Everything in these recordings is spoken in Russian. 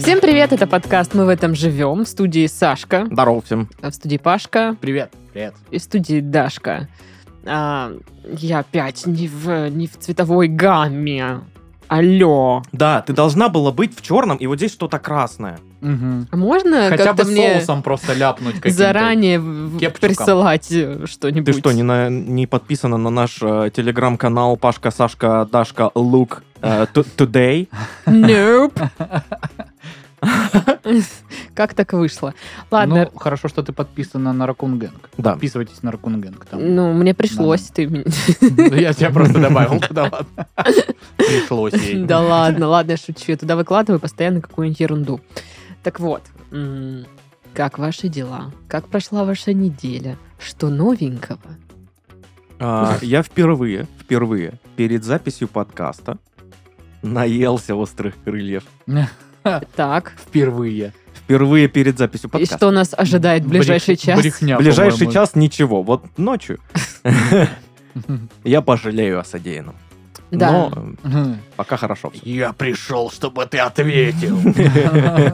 Всем привет, это подкаст «Мы в этом живем». В студии Сашка, Здорово всем. а в студии Пашка Привет. Привет. и в студии Дашка. А, я опять не в, не в цветовой гамме. Алло. Да, ты должна была быть в черном, и вот здесь что-то красное. Мгм. А можно Хотя как-то бы мне соусом просто ляпнуть каким-то. заранее в- кепчиком. присылать э, Ты что-нибудь? что, не, на, не подписана на наш э, телеграм-канал Пашка, Сашка, Дашка, Лук э, т- Today? Nope. Как так вышло? Ладно. Ну, хорошо, что ты подписана на Ракун Гэнг. Да. Подписывайтесь на Ракун Гэнг там. Ну, мне пришлось, ты мне- Ну, Я тебя просто добавил туда, ладно. Пришлось ей. Да ладно, ладно, я шучу. Я туда выкладываю постоянно какую-нибудь ерунду. Так вот, м, как ваши дела? Как прошла ваша неделя? Что новенького? А, я впервые, впервые перед записью подкаста наелся острых крыльев. А, Так, Впервые. Впервые перед записью и подкаста. что нас ожидает в ближайший Брех- час? брехня, Ближайший по-моему. час ничего, вот ночью я пожалею о содеянном. Да. Но э, пока хорошо всё. Я пришел, чтобы ты ответил.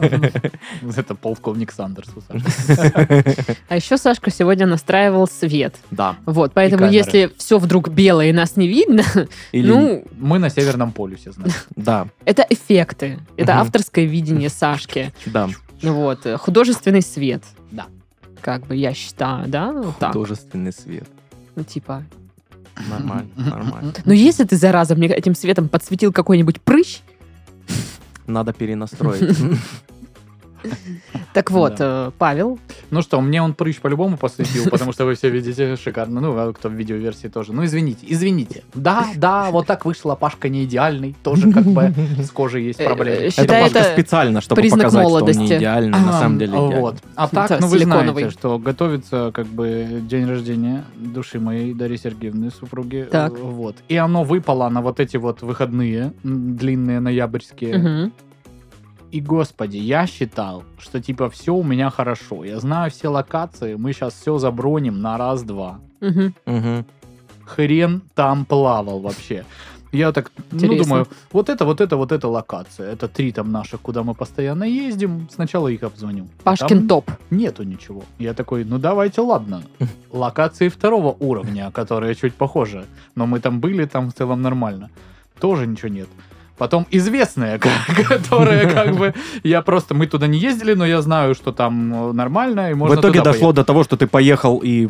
Это полковник Сандерс. у Саши. А еще Сашка сегодня настраивал свет. Да. Вот, поэтому камеры. если все вдруг белое и нас не видно, Или- ну, Мы на Северном полюсе, значит. Да, это эффекты. Это Мгм. авторское видение Сашки. да. Ну Вот, э, художественный свет. Да. Как бы я считаю, да? Вот так. Художественный свет. Ну, типа, Нормально, нормально. Но если ты, зараза, мне этим светом подсветил какой-нибудь прыщ, Надо перенастроить. так вот, э, Павел, Ну что, мне он прыщ по-любому посвятил, потому что вы все видите шикарно. Ну, а кто в видеоверсии тоже. Ну, извините, извините. Да, да, вот так вышло. Пашка не идеальный. Тоже как бы с кожей есть Э, э, проблемы. считай Это Пашка это специально, чтобы признак показать, что он не молодости. идеальный, Ам, Вот. А Да, так, ну вы силиконовый. знаете, что готовится как бы день рождения души моей Дарьи Сергеевны, супруги. Так. Э, Вот. И оно выпало на вот эти вот выходные м, длинные Э, ноябрьские. мгм, И, господи, я считал, что, типа, все у меня хорошо. Я знаю все локации, мы сейчас все заброним на раз-два. мгм. Хрен там плавал вообще. Я так, Интересно. ну, думаю, вот это, вот это, вот эта локация. Это три там наших, куда мы постоянно ездим. Сначала их обзвоню. Пашкин Там топ. Нету ничего. Я такой, ну давайте, ладно. Локации второго уровня, которые чуть похожи. Но мы там были, там в целом нормально. Тоже ничего нет. Потом известные, ко- которые как бы... Я просто... Мы туда не ездили, но я знаю, что там э, нормально, и В можно итоге туда дошло поехать. до того, что ты поехал и э,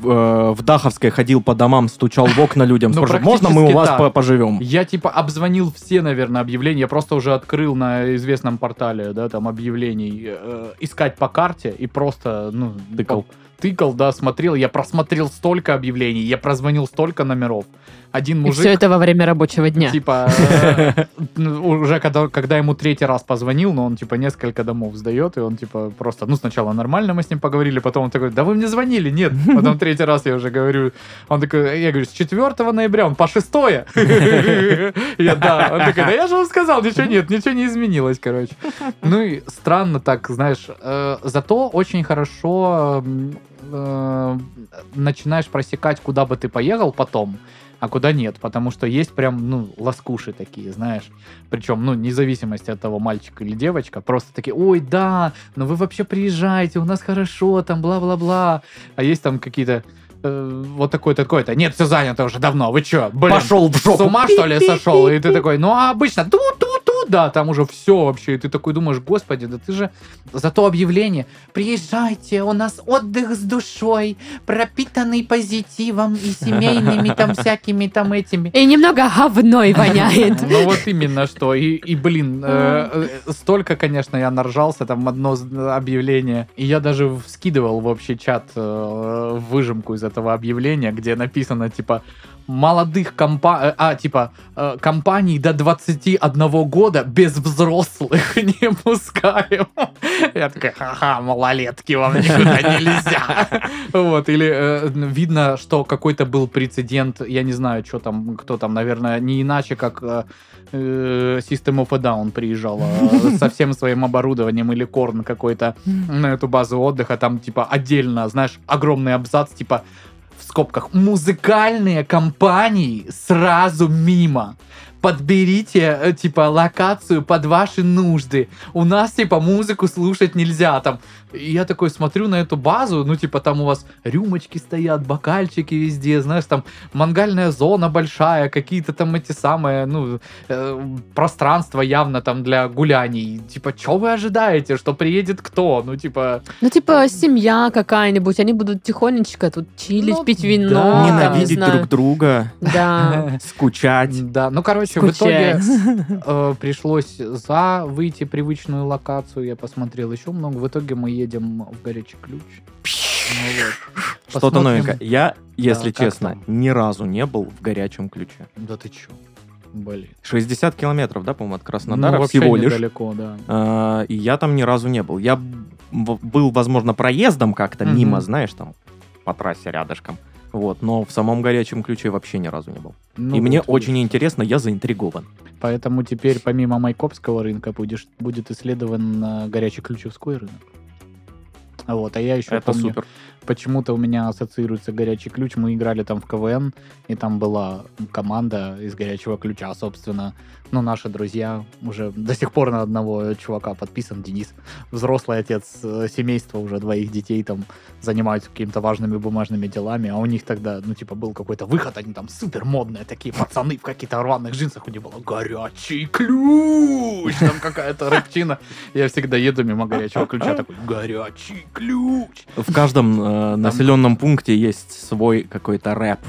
в Даховской ходил по домам, стучал в окна людям, Ну, спрашивал, можно мы у практически вас так. по- поживем? Я типа обзвонил все, наверное, объявления. Я просто уже открыл на известном портале, да, там объявлений э, искать по карте и просто, ну, Тыкал. тыкал, да, смотрел. Я просмотрел столько объявлений, я прозвонил столько номеров. Один И мужик. все это во время рабочего дня. Типа, э, ну, уже когда, когда ему третий раз позвонил, но он, типа, несколько домов сдает, и он, типа, просто, ну, сначала нормально мы с ним поговорили, потом он такой, да вы мне звонили, нет. Потом третий раз я уже говорю, он такой, я говорю, с 4 ноября, он по 6. Я, да. Он такой, да я же вам сказал, ничего нет, ничего не изменилось, короче. Ну и странно так, знаешь, э, зато очень хорошо м, э, начинаешь просекать, куда бы ты поехал потом, а куда нет, потому что есть прям, ну, лоскуши такие, знаешь. Причем, ну, вне зависимости от того, мальчик или девочка, просто такие, ой, да, но вы вообще приезжаете, у нас хорошо, там, бла-бла-бла. А есть там какие-то э, вот такой-то, такой-то. Нет, все занято уже давно. Вы че, блин, Пошел в с жопу. ума, что ли, сошел? И ты такой, ну, а обычно ту-ту-ту, да, там уже все вообще. И ты такой думаешь, господи, да ты же зато объявление. Приезжайте, у нас отдых с душой, пропитанный позитивом и семейными там всякими там этими. И немного говной воняет. Ну вот именно что. И, и, блин, э, э, столько, конечно, я наржался, там одно з- объявление. И я даже скидывал в общий чат э, выжимку из этого объявления, где написано, типа, молодых компа... э, А, типа, э, компаний до 21 года без взрослых не пускаем. Я такая, ха-ха, малолетки, вам никуда нельзя. Вот, или э, видно, что какой-то был прецедент, я не знаю, что там, кто там, наверное, не иначе, как э, э, System of a Down приезжала э, со всем своим оборудованием или Корн какой-то на эту базу отдыха, там, типа, отдельно, знаешь, огромный абзац, типа, в скобках, музыкальные компании сразу мимо. Подберите, э, типа, локацию под ваши нужды. У нас, типа, музыку слушать нельзя там. И я такой смотрю на эту базу, ну, типа, там у вас рюмочки стоят, бокальчики везде, знаешь, там мангальная зона большая, какие-то там эти самые, ну, э, пространства явно там для гуляний. Типа, что вы ожидаете, что приедет кто? Ну, типа, Ну, типа, семья какая-нибудь, они будут тихонечко тут чилить, Ну, пить да. вино. А, там, не Ненавидеть знаю. друг друга, Да. скучать. да, ну, короче, в итоге Скучать. э, пришлось за выйти привычную локацию, я посмотрел еще много. В итоге мы едем в горячий ключ. Ну вот. Что-то Посмотрим. новенькое. Я, если как честно, там? ни разу не был в горячем ключе. Да ты чё? Блин. 60 километров, да, по-моему, от Ну, Краснодара вообще всего лишь. недалеко, да. Э, И я там ни разу не был. Я б- в- был, возможно, проездом как-то Мгм. мимо, знаешь, там по трассе рядышком. Вот, но в самом горячем ключе вообще ни разу не был. Ну и мне вот, очень видишь. интересно, я заинтригован. Поэтому теперь помимо Майкопского рынка будешь, будет исследован э, горячий ключевской рынок. А Вот, а я еще Это помню, супер. почему-то у меня ассоциируется горячий ключ. Мы играли там в КВН, и там была команда из горячего ключа, собственно. Ну, наши друзья уже до сих пор на одного чувака подписан, Денис. Взрослый отец э, семейства, уже двоих детей там занимаются какими-то важными бумажными делами, а у них тогда, ну, типа, был какой-то выход, они там супер модные такие пацаны в каких-то рваных джинсах, у них было горячий ключ, там какая-то рыбчина. Я всегда еду мимо горячего ключа, такой, горячий ключ. В каждом э, населенном пункте есть свой какой-то рэп.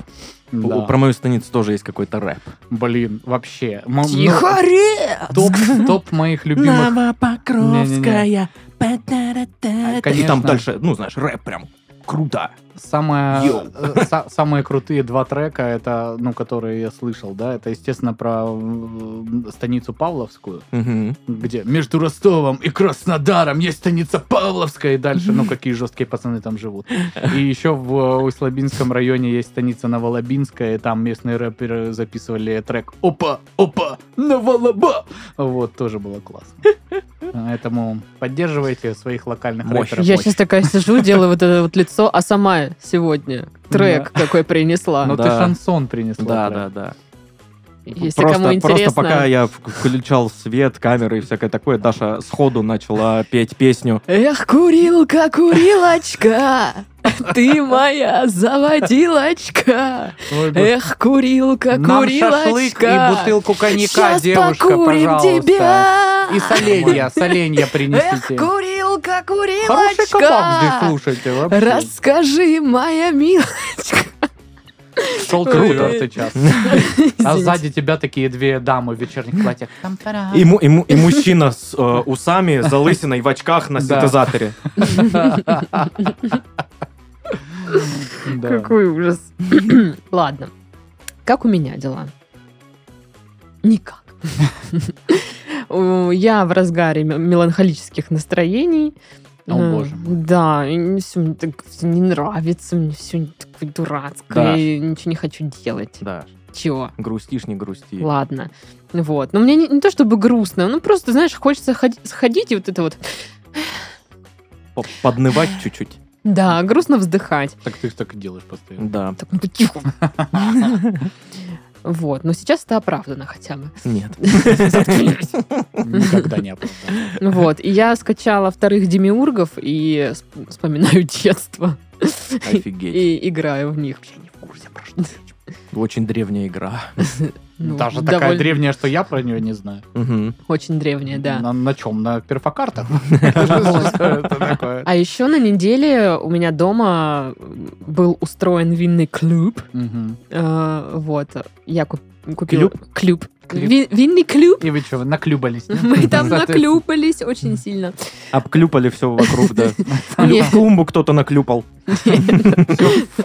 Да. Про мою станицу тоже есть какой-то рэп. Блин, вообще. Ну, М- Тихорецк! ну, Топ, топ моих любимых. Новопокровская. А, И конечно, там дальше, ну, знаешь, рэп прям круто. самое- Йоу. э, са- самые крутые два трека, это, ну, которые я слышал, да, это, естественно, про м, станицу Павловскую, Мгм. где между Ростовом и Краснодаром есть станица Павловская, и дальше, ну, какие жесткие пацаны там живут. И еще в э, Услабинском районе есть станица Новолабинская, и там местные рэперы записывали трек «Опа, опа, Новолаба!» Вот, тоже было классно. Поэтому поддерживайте своих локальных Мощь. рэперов. Я очень. сейчас такая сижу, делаю вот это вот лицо, а сама сегодня трек какой принесла. Но Ну, ты Да. шансон принесла. Да, прям. да, да. Если просто, кому просто интересно. пока я в- включал свет, камеры и всякое такое, Даша сходу начала петь песню. Эх, курилка, курилочка, ты моя заводилочка. Ой, господи. Эх, курилка, Нам курилочка. шашлык и бутылку коньяка, Сейчас девушка, покурим пожалуйста. тебя. И соленья, соленья Эх, принесите. курилка, Хороший кабак здесь, курилочка. слушайте, вообще. Расскажи, моя милочка. Шел Круто. коридор ты час. А сзади тебя такие две дамы в вечерних платьях. И, му- и му- и мужчина с э, усами, залысиной, в очках на Да. синтезаторе. Да. Какой ужас. Ладно. Как у меня дела? Никак. У- Я в разгаре м- меланхолических настроений. О, Э, боже мой. Да, и мне все мне так всё не нравится, мне все такое дурацкое, Да. и ничего не хочу делать. Да, Чего? грустишь, не грусти. Ладно. Вот. Но мне не, не то чтобы грустно, ну просто, знаешь, хочется ходи- сходить и вот это вот. П- Поднывать чуть-чуть. Да, грустно вздыхать. Так ты ж так и делаешь постоянно. Да. Так, ну тихо. Вот, но сейчас это оправдано хотя бы. Нет. Заткнись. Никогда не оправдал. Вот, и я скачала вторых демиургов и сп- вспоминаю детство. Офигеть. И играю в них. Я не в курсе, про что речь. Очень древняя игра. Ну, Даже такая довольно- древняя, что я про нее не знаю. Мгм. Очень древняя, да. На, на чем? На перфокартах? Что это такое? А еще на неделе у меня дома был устроен винный клуб. Мгм. Э, Вот, я куп- купила... Клюб? Клуб. Клюб. Ви- Винный клуб. И вы что, наклюбались? нет? Мы там Соответственно. наклюпались очень сильно. Обклюпали все вокруг, да. В клю- Нет. В клумбу кто-то наклюпал. Всё в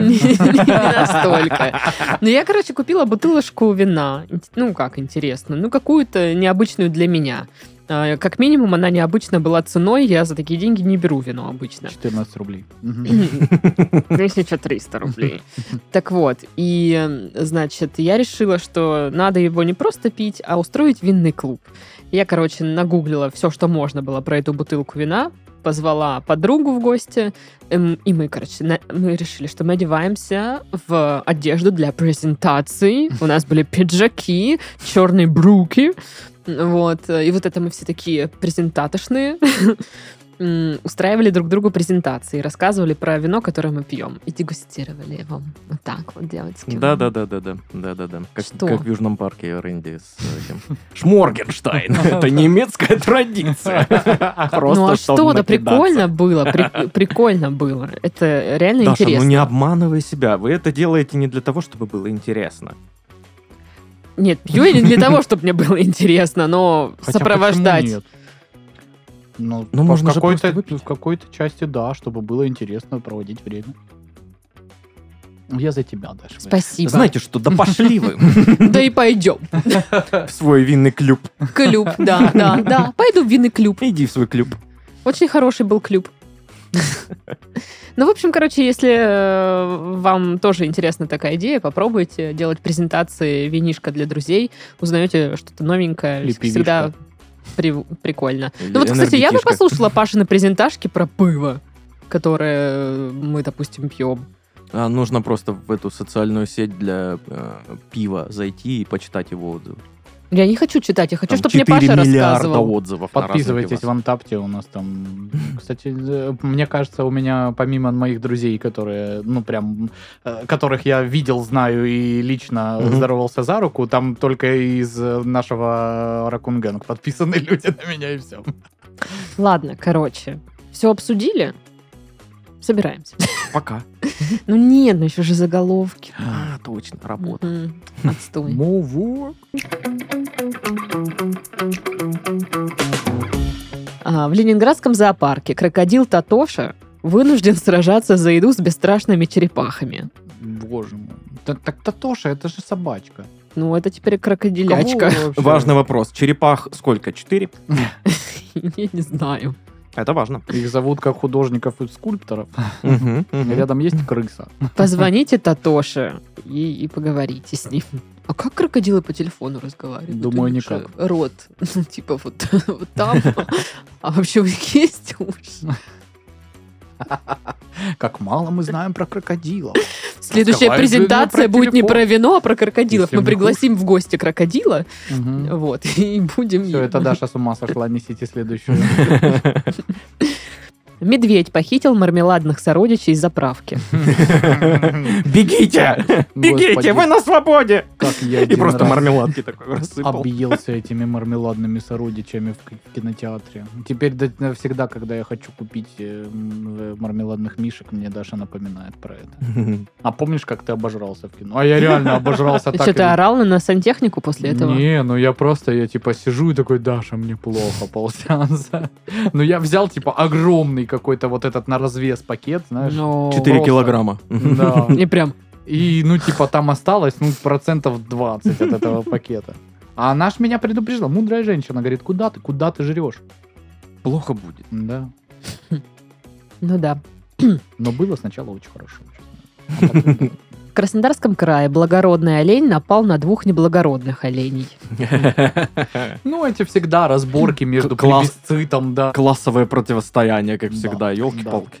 Не настолько. Но я, короче, купила бутылочку вина. Инт- Ну, как интересно. Ну, какую-то необычную для меня. Э, Как минимум, она необычна была ценой. Я за такие деньги не беру вино обычно. Ну, 14 рублей. Мгм. Если что, 300 рублей. Так вот, и, э, значит, я решила, что надо его не просто пить, а устроить винный клуб. Я, короче, нагуглила все, что можно было про эту бутылку вина. позвала подругу в гости, эм, и мы, короче, на- мы решили, что мы одеваемся в одежду для презентации. У нас были пиджаки, черные брюки, вот, и вот это мы все такие презентатошные. М, Устраивали друг другу презентации, рассказывали про вино, которое мы пьем, и дегустировали его. Вот так вот делать. с кино. Да, да, да, да, да, да, да, да. Как, Типа. Что? как в Южном парке Рэнди с этим. Шморгенштайн. Это немецкая традиция. Просто Ну а что, чтоб да накидаться. прикольно было, при- прикольно было. Это реально Даша, ну интересно. не обманывай себя. Вы это делаете не для того, чтобы было интересно. Нет, пью я не для того, чтобы мне было интересно, но Хотя сопровождать. почему нет? Ну, Ну, по- можно в же какой-то, просто выпить. в какой-то части, да, чтобы было интересно проводить время. Ну, Я за тебя, Даша. Спасибо. Знаете что, да пошли вы Да и пойдем. в свой винный клюб. Клюб, да, да, да. Пойду в винный клюб. Иди в свой клюб. Очень хороший был клюб. Ну, в общем, короче, если э, вам тоже интересна такая идея, попробуйте делать презентации винишка для друзей, узнаете что-то новенькое, Или всегда при- прикольно. Или Ну вот, кстати, я бы энергетишка. послушала Пашины презентажки про пиво, которое мы, допустим, пьем. А, Нужно просто в эту социальную сеть для э, пива зайти и почитать его отзывы. Я не хочу читать, я хочу, Там чтобы Ну, мне 4 Паша миллиарда рассказывал. отзывов на разные Подписывайтесь в пива. Антапте, у нас там... Кстати, э, мне кажется, у меня, помимо моих друзей, которые, ну, прям, э, которых я видел, знаю и лично Мгм. здоровался за руку, там только из э, нашего Ракунгэнг подписаны люди на меня и все. Ладно, короче, все обсудили? Собираемся. Пока. Ну нет, ну еще же заголовки. А, точно, работа. Мгм. Отстой. Муву. А, в ленинградском зоопарке крокодил Татоша вынужден сражаться за еду с бесстрашными черепахами. Боже мой. Та- Так Татоша, это же собачка. Ну, это теперь Кого крокодилячка. вообще? Важный вопрос. Черепах сколько? Четыре? Я не знаю. Это важно. Их зовут как художников и скульпторов. А Мгм, мгм. Рядом есть крыса. Позвоните Татоше и, и поговорите с ним. А как крокодилы по телефону разговаривают? Думаю, У них же никак. Рот. Ну, типа вот, вот там. А вообще у них есть уши. Как мало мы знаем про крокодилов. Следующая Разговаривают же презентация про будет не телефон. про вино, а про крокодилов. Если у Мы них пригласим в гости крокодила, вот, и будем... Все, это Даша с ума сошла, несите следующую. Медведь похитил мармеладных сородичей из заправки. Бегите! Господи. Бегите! Вы на свободе! Как я И один просто раз мармеладки такой рассыпал. объелся этими мармеладными сородичами в к- в кинотеатре. Теперь до- навсегда, когда я хочу купить э, м, э, мармеладных мишек, мне Даша напоминает про это. А помнишь, как ты обожрался в кино? А я реально обожрался Ты так. что, ты и- орал на- на сантехнику после этого? Не, ну я просто, я типа сижу и такой, Даша, мне плохо полсеанса. Ну я взял типа огромный какой-то вот этот на развес пакет, знаешь. Но... Четыре Просто. килограмма. Да. Не Ну, прям. И, ну, типа, там осталось, ну, процентов 20 от этого пакета. А наш меня предупреждал. Мудрая женщина говорит, куда ты, куда ты жрешь? Плохо будет. Да. Ну да. Но было сначала очень хорошо. честно. А потом, да. В Краснодарском крае благородный олень напал на двух неблагородных оленей. Ну, эти всегда разборки между Класс. плебисцитом, да. Классовое противостояние, как Да, всегда. Елки-палки.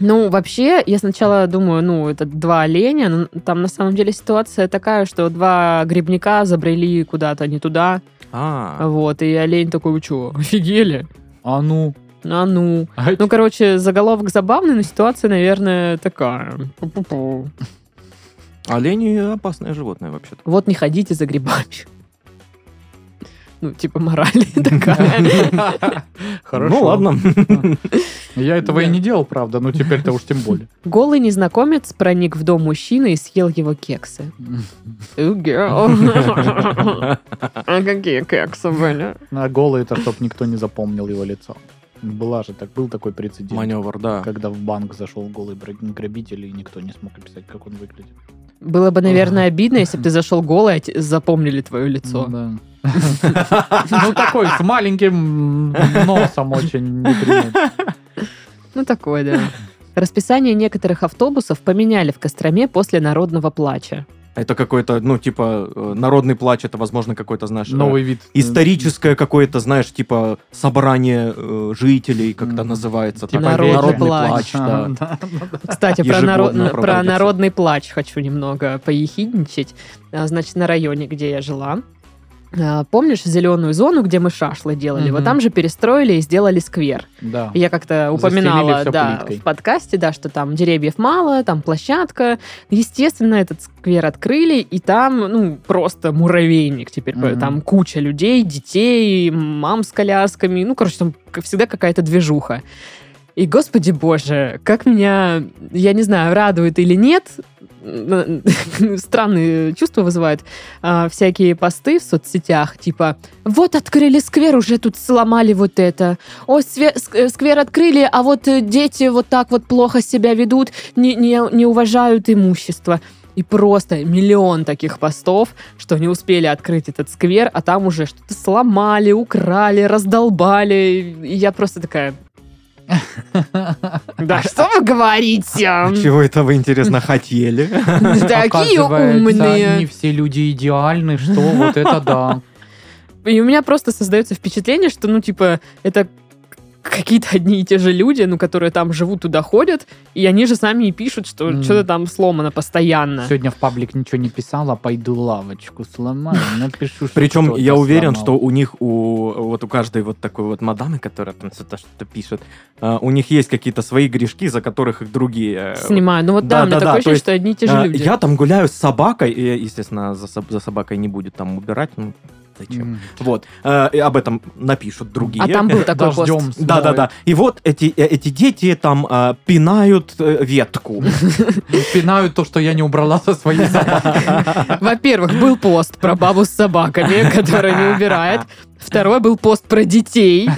Ну, вообще, я сначала думаю, ну, это два оленя, но там на самом деле ситуация такая, что два грибника забрели куда-то не туда, А, вот, и олень такой, вы чё, офигели? А ну. А ну. а эти- Ну, короче, заголовок забавный, но ситуация, наверное, такая. Пу-пу-пу. олени опасное животное вообще-то. Вот не ходите за грибами. Ну, типа, мораль такая. Хорошо. Ну ладно. Я этого и Да. не делал, правда, но теперь-то уж тем более. Голый незнакомец проник в дом мужчины и съел его кексы. Ooh, girl. А какие кексы были? А голый это, чтоб никто не запомнил его лицо. Была же так, был такой прецедент. Маневр, да. когда в банк зашел голый бра- грабитель, и никто не смог описать, как он выглядит. Было бы, наверное, обидно, если бы ты зашел голый, а те- запомнили твое лицо. Ну, да. Ну, такой, с маленьким носом очень неприятно. Ну, такое, да. Расписание некоторых автобусов поменяли в Костроме после народного плача. Это какой-то, ну, типа, э, народный плач, это, возможно, какой-то, знаешь, э, Новый вид. э, историческое М-м-м. какое-то, знаешь, типа, собрание э, жителей, как-то М. называется. Типа такой народный плач. да. да. Кстати, про, Ежегодно народ- про проводится. народный плач хочу немного поехидничать. А, Значит, на районе, где я жила, а, помнишь зеленую зону, где мы шашлы делали? Мгм. Вот там же перестроили и сделали сквер. Да. Я как-то Застелили упоминала, всё да, плиткой. в подкасте, да, что там деревьев мало, там площадка. Естественно, этот сквер открыли, и там, ну, просто муравейник теперь. Мгм. Там куча людей, детей, мам с колясками. Ну, короче, там к- всегда какая-то движуха. И, господи боже, как меня, я не знаю, радует или нет, н- странные чувства вызывают а, всякие посты в соцсетях, типа «Вот открыли сквер, уже тут сломали вот это», «Ой, све- ск- э, сквер открыли, а вот э, дети вот так вот плохо себя ведут, не, не, не уважают имущество». И просто миллион таких постов, что не успели открыть этот сквер, а там уже что-то сломали, украли, раздолбали. И я просто такая, да что вы говорите? А Чего это вы, интересно, хотели? Такие Оказывается, умные. Не все люди идеальны, что вот это да. И у меня просто создается впечатление, что, ну, типа, это какие-то одни и те же люди, ну, которые там живут, туда ходят, и они же сами и пишут, что Мгм. что-то там сломано постоянно. Сегодня в паблик ничего не писала, пойду лавочку сломаю, напишу. что Причем кто-то я уверен, сломал. что у них, у вот у каждой вот такой вот мадамы, которая там что-то что-то пишет, а, у них есть какие-то свои грешки, за которых их другие... э, Снимаю. Ну, вот да, Да, у меня да, такое да, то ощущение, есть, что одни и те же А, люди. Я там гуляю с собакой, и, естественно, за, соб- за собакой не будет там убирать, ну, зачем? М. Вот, э, и об этом напишут другие. А там был такой пост. Дождем смоет. Да, да, да. И вот эти, э, эти дети там э, пинают э, ветку. Пинают Ну, то, что я не убрала со своей собаки. Во-первых, был пост про бабу с собаками, которая не убирает. Второй был пост про детей,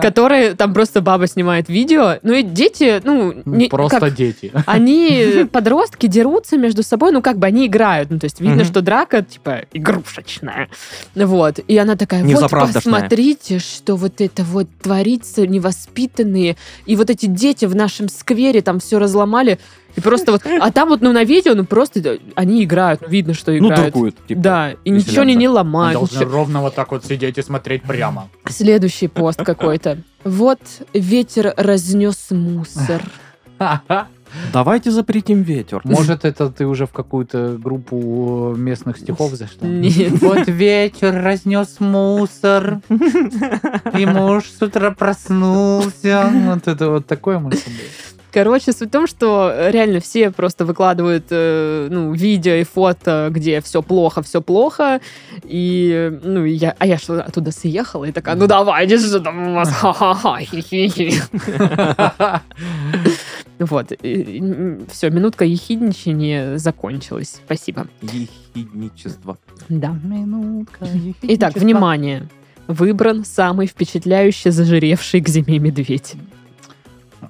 которые там просто баба снимает видео. Ну и дети, ну, не, Просто как, дети. Они, подростки, дерутся между собой, ну, как бы они играют. Ну, то есть видно, Мгм. что драка, типа, игрушечная. Вот. И она такая, Не вот заправдошная». посмотрите, что вот это вот творится, невоспитанные. И вот эти дети в нашем сквере там все разломали. И просто вот... А там вот, ну, на видео, ну, просто да, они играют. Ну, видно, что Ну, играют. другую. типа. да, и ничего они веселятся. не ломают. Должны ничего. ровно вот так вот сидеть и смотреть прямо. Следующий пост какой-то. Вот ветер разнес мусор. Давайте запретим ветер. Может, это ты уже в какую-то группу местных стихов зашла? Нет. Вот вечер разнес мусор, и муж с утра проснулся. Вот это вот такое может быть. Короче, суть в том, что э, реально все просто выкладывают э, ну, видео и фото, где все плохо, все плохо. И, э, ну, и я, а я что, оттуда съехала и такая, ну давай, что там у вас, ха-ха-ха, хи-хи-хи». Вот, все, минутка ехидничания закончилась. Спасибо. Ехидничество. Да. Минутка. Итак, ехидничества. внимание. Выбран самый впечатляюще зажиревший к зиме медведь.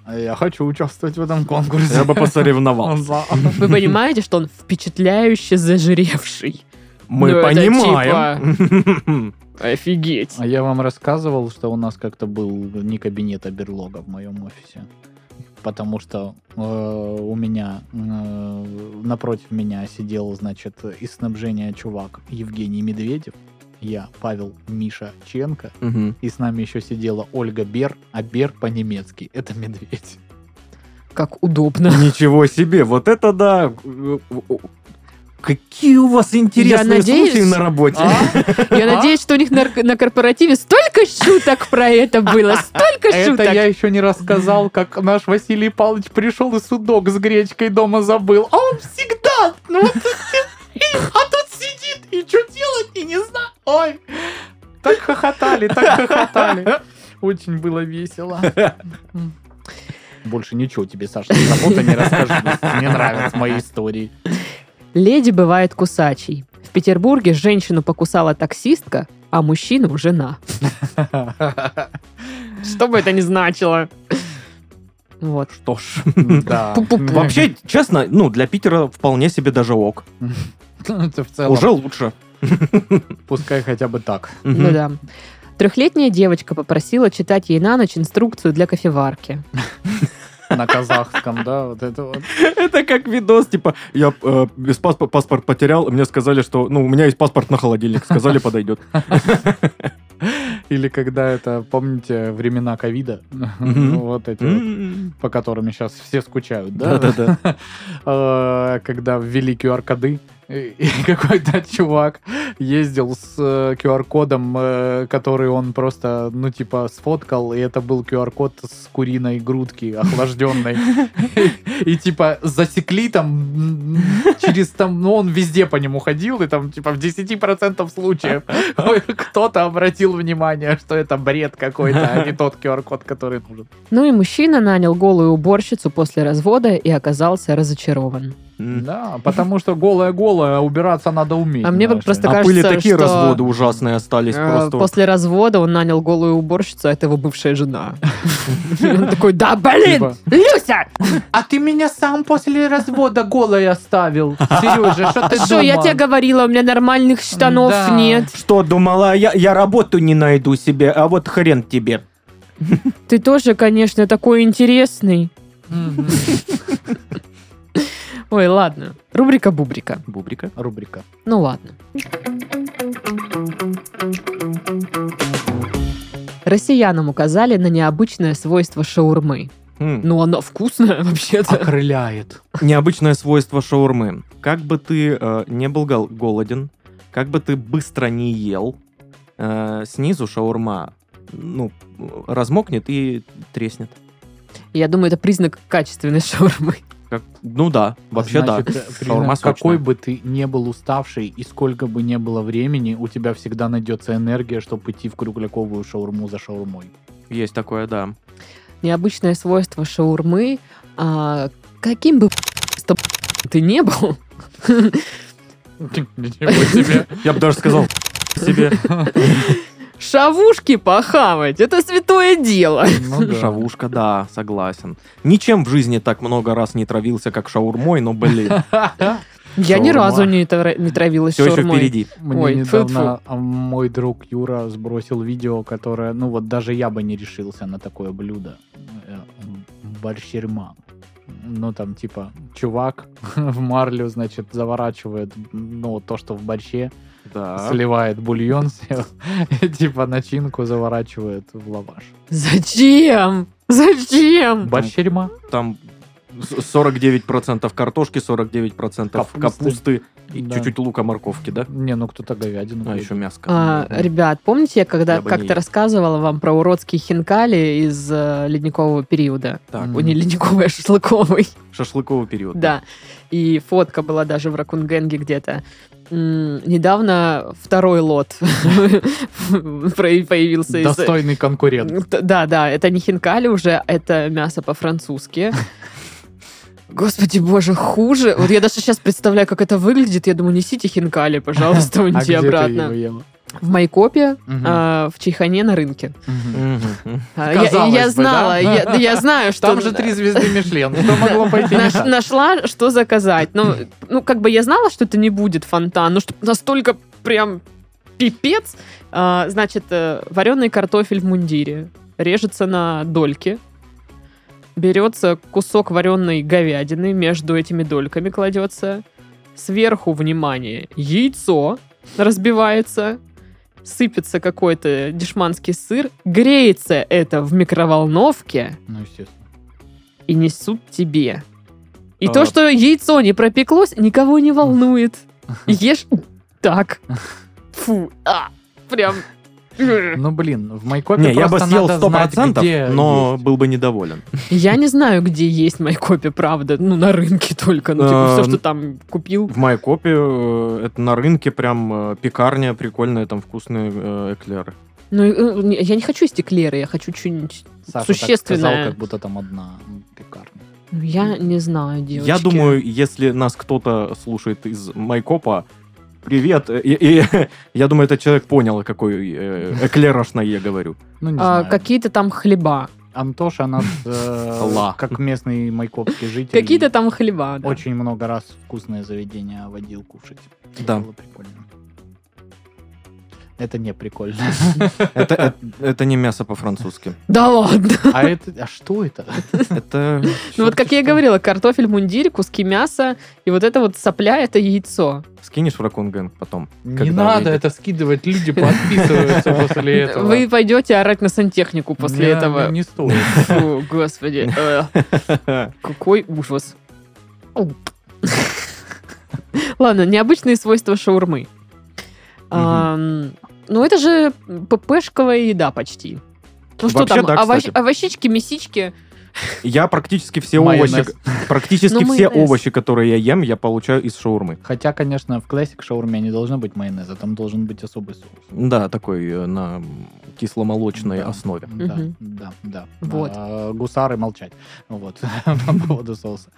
А Я хочу участвовать в этом конкурсе. Я бы посоревновал. Он за. Вы понимаете, что он впечатляюще зажиревший? Мы Ну, это типа. понимаем. Офигеть. А я вам рассказывал, что у нас как-то был не кабинет, а берлога в моем офисе. Потому что э, у меня э, напротив меня сидел, значит, из снабжения чувак Евгений Медведев, я Павел Миша Ченко, Мгм. и с нами еще сидела Ольга Бер, а Бер по-немецки это медведь. Как удобно. Ничего себе, вот это да! Какие у вас Я интересные надеюсь- случаи на работе. Я А? надеюсь, что у них на, на корпоративе столько шуток про это было, столько Это шуток. я еще не рассказал, как наш Василий Павлович пришел и судок с гречкой дома забыл. А он всегда, ну вот, и- а тут сидит, и что делать, и не знаю. Ой, так хохотали, так хохотали. Очень было весело. Больше ничего тебе, Саша, с работы не расскажу. Мне нравятся мои истории. Леди бывает кусачей. В Петербурге женщину покусала таксистка, а мужчину жена. Что бы это ни значило. Вот. Что ж, Да. Пу-пу-пу. вообще, честно, ну, для Питера вполне себе даже ок. Это в целом. Уже лучше. Пускай хотя бы так. Мгм. Ну да. Трехлетняя девочка попросила читать ей на ночь инструкцию для кофеварки. на казахском, да, вот это вот. Это как видос, типа, я э, без паспо- паспорт потерял, мне сказали, что, ну, у меня есть паспорт на холодильник, сказали, подойдет. Или когда это, помните, времена ковида, Мгм. вот эти вот, М, по которым сейчас все скучают, да? Да-да-да. Э, когда ввели QR-коды, и и какой-то чувак ездил с э, QR-кодом, э, который он просто, ну, типа, сфоткал, и это был QR-код с куриной грудки охлажденной. И, типа, засекли там м, через там, ну, он везде по нему ходил, и там, типа, в 10% случаев кто-то обратил внимание, что это бред какой-то, а не тот QR-код, который нужен. Ну и мужчина нанял голую уборщицу после развода и оказался разочарован. м. Да, потому что голая-голая, а убираться надо уметь. А мне вот знаешь, просто это- А были кажется, такие что- разводы ужасные остались Э, просто. вот. После развода он нанял голую уборщицу, а это его бывшая жена. Он такой, да блин, Типа. Люся, А ты меня сам после развода голой оставил. Сережа, А что ты А что я тебе говорила, у меня нормальных штанов Да. нет. Что, думала, я, я работу не найду себе, а вот хрен тебе. Ты тоже, конечно, такой интересный. говорю? Ой, ладно. Рубрика Бубрика. Бубрика. Рубрика. Ну ладно. Россиянам указали на необычное свойство шаурмы. М, Ну, оно вкусное А. вообще-то. Окрыляет. Необычное свойство шаурмы. Как бы ты э, не был гол- голоден, как бы ты быстро не ел, э, снизу шаурма ну, размокнет и треснет. Я думаю, это признак качественной шаурмы. Как- ну да, вообще да. Значит, Шаурма признак, Какой сочная. бы ты не был уставший и сколько бы не было времени, у тебя всегда найдется энергия, чтобы идти в кругляковую шаурму за шаурмой. Есть такое, да. необычное свойство шаурмы, а, каким бы ты не был, Ничего себе. Я бы даже сказал себе шавушки похавать, это святое дело. Ну да. шавушка, да, согласен. Ничем в жизни так много раз не травился, как шаурмой, но, блин, Я ни Шаурма. разу не, тра- не травилась все еще шаурмой. впереди. Мне Ой, недавно а, мой друг Юра сбросил видео, которое, ну вот даже я бы не решился на такое блюдо. Э, м, Борщерма. Ну там типа чувак в марлю, значит, заворачивает, ну то, что в борще, Да. сливает бульон, с- и, типа начинку заворачивает в лаваш. Зачем? Ну, Зачем? Борщерма? Там с- 49% картошки, 49% капусты, Капусты. капусты и Да. чуть-чуть лука, морковки, да? Не, ну кто-то говядину. А э, ест. еще мяско. А, ребят, помните, я когда Я бы не как-то ел. рассказывала вам про уродские хинкали из э, ледникового периода? Так, Мгм. О, не ледниковый, а шашлыковый. шашлыковый Типа, период. Да. И фотка была даже в Ракунгенге где-то. М, Недавно второй лот про- появился. из- Достойный конкурент. Т- Да, да, это не хинкали уже, это мясо по-французски. Господи боже, хуже. Вот я даже сейчас представляю, как это выглядит. Я думаю, несите хинкали, пожалуйста, А где уньте ты его Ну, обратно. ела? В Майкопе, Мгм. а, в Чайхане на рынке. Мгм. Мгм. А, я- Я, Казалось бы, да? знала, я, я знаю, что... Там же три звезды Мишлен. Что могло пойти не Наш- так? нашла, что заказать. Ну, ну, как бы я знала, что это не будет фонтан, но что настолько прям пипец. А, значит, э, вареный картофель в мундире режется на дольки. Берется кусок вареной говядины, между этими дольками кладется. Сверху, внимание, яйцо разбивается. Сыпется какой-то дешманский сыр. Греется это в микроволновке Ну, естественно. и несут тебе. И А. то, что яйцо не пропеклось, никого не волнует. Ешь так. Фу, а, прям. Ну, блин, в Майкопе Не, я бы просто съел надо знать, 100%, где но есть. был бы недоволен. Я не знаю, где есть Майкопе, правда. Ну, на рынке только. Ну, типа, все, Эм. что там купил. В Майкопе э, это на рынке прям э, пекарня прикольная, там вкусные э, эклеры. Ну, э, не- я не хочу стеклеры, я хочу что-нибудь... Саша так существенное. сказал, как будто там одна пекарня. Ну, Я не знаю, девочки. Я думаю, если нас кто-то слушает из Майкопа, привет. э, И, и я думаю, этот человек понял, о какой э, эклерошной я говорю. Ну, не А, знаю. какие-то там хлеба. Антоша нас, э, Ла. как местный майкопский житель, Какие-то там хлеба, да. очень много раз вкусное заведение водил кушать. Да. Было прикольно. Это не прикольно. Это, это, это не мясо по-французски. Да ладно. А это, а что это? Это... Ну вот чёрт как я и что. говорила, картофель, мундирь, куски мяса, и вот это вот сопля, это яйцо. Скинешь в Ракунган потом. Не когда надо выйдет. это скидывать, люди подписываются после этого. Вы пойдете орать на сантехнику после Не- этого. Не стоит. Фу, господи. Э, Какой ужас. Оу. Ладно, необычные свойства шаурмы. Ам, Ну, это же ППшковая еда почти. Ну что Вообще там, да, овощ- кстати. овощички, мясички. Я практически все Майонез. овощи... Практически Ну, все майонез. овощи, которые я ем, я получаю из шаурмы. Хотя, конечно, в классик шаурме не должно быть майонеза, там должен быть особый соус. Да, такой э, на кисломолочной Да. основе. Да, Мгм. да, да. Вот. А, Гусары молчать. Вот. По поводу соуса.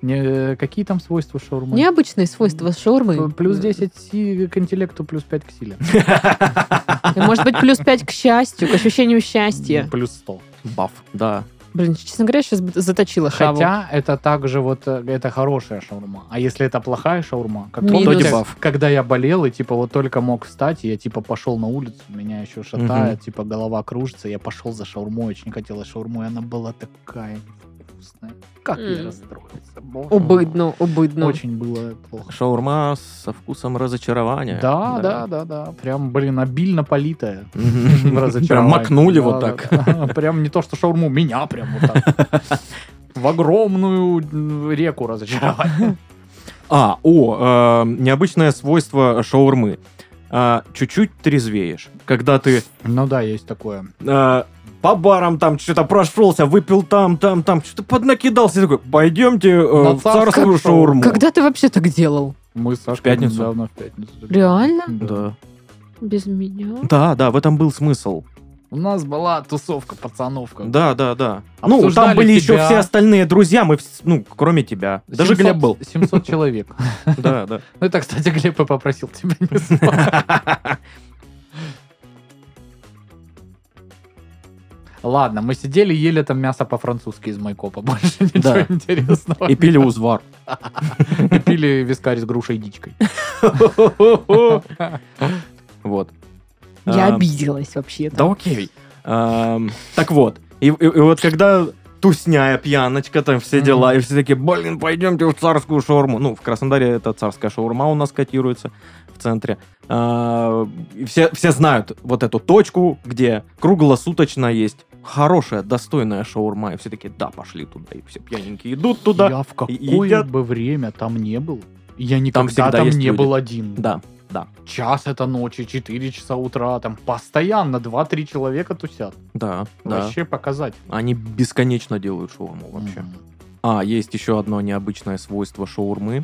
Не- Какие там свойства шаурмы? Необычные свойства шаурмы. Ну, Плюс 10 си к интеллекту, плюс 5 к силе. Может быть, плюс 5 к счастью, к ощущению счастья. Плюс 100. Баф, да. Блин, честно говоря, сейчас заточила шаву. Хотя это также вот, э, это хорошая шаурма. А если это плохая шаурма, как Минус. помните, Дебаф. когда я болел и типа вот только мог встать, и я типа пошел на улицу, меня еще шатает, типа голова кружится, я пошел за шаурмой, очень хотела шаурму, и она была такая вкусная. Как я М. расстроился. боже мой. Убыдно, убыдно. Очень было плохо. Шаурма со вкусом разочарования. Да, да, да, да. Прям, блин, обильно политая. Мгм. Прям Разочарование. макнули Да, вот да, так. да. Прям не то, что шаурму, меня прям вот так. В огромную м, реку разочаровать. А, о, э, необычное свойство шаурмы. А, чуть-чуть трезвеешь. Когда ты Ну да, есть такое. э, по барам там что-то прошелся, выпил там, там, там, что-то поднакидался, и такой, пойдемте э, На в царскую царскую шаурму. Когда ты вообще так делал? Мы с Сашкой пятницу? недавно в пятницу. так- Реально? Да. Без меня? да, да, в этом был смысл. У нас была тусовка пацанов. как Да, да, да. Ну, там Обсуждали были еще тебя. все остальные друзья, мы, вс- ну, кроме тебя. Даже 700 Глеб был. 700 человек. Да, да. Ну, это, кстати, Глеб и попросил тебя не звать. Ладно, мы сидели, ели там мясо по-французски из майкопа. Больше ничего Да. интересного. И пили узвар. И пили вискарь с грушей и дичкой. Вот. Я А, обиделась вообще-то. Да окей. Эм, Так вот. И, и- и вот когда тусняя пьяночка, там все Мгм. дела, и все такие, блин, пойдемте в царскую шаурму. Ну, в Краснодаре это царская шаурма у нас котируется в центре. А, и все, все знают вот эту точку, где круглосуточно есть хорошая, достойная шаурма. И все такие, да, пошли туда. И все пьяненькие идут туда. Я в какое едят. бы время там не был. Я никогда всегда там есть не люди. был один. Да. Час это ночи, 4 часа утра. Там постоянно 2-3 человека тусят. Да, да. Вообще показать. Они бесконечно делают шаурму вообще. А, есть еще одно необычное свойство шаурмы.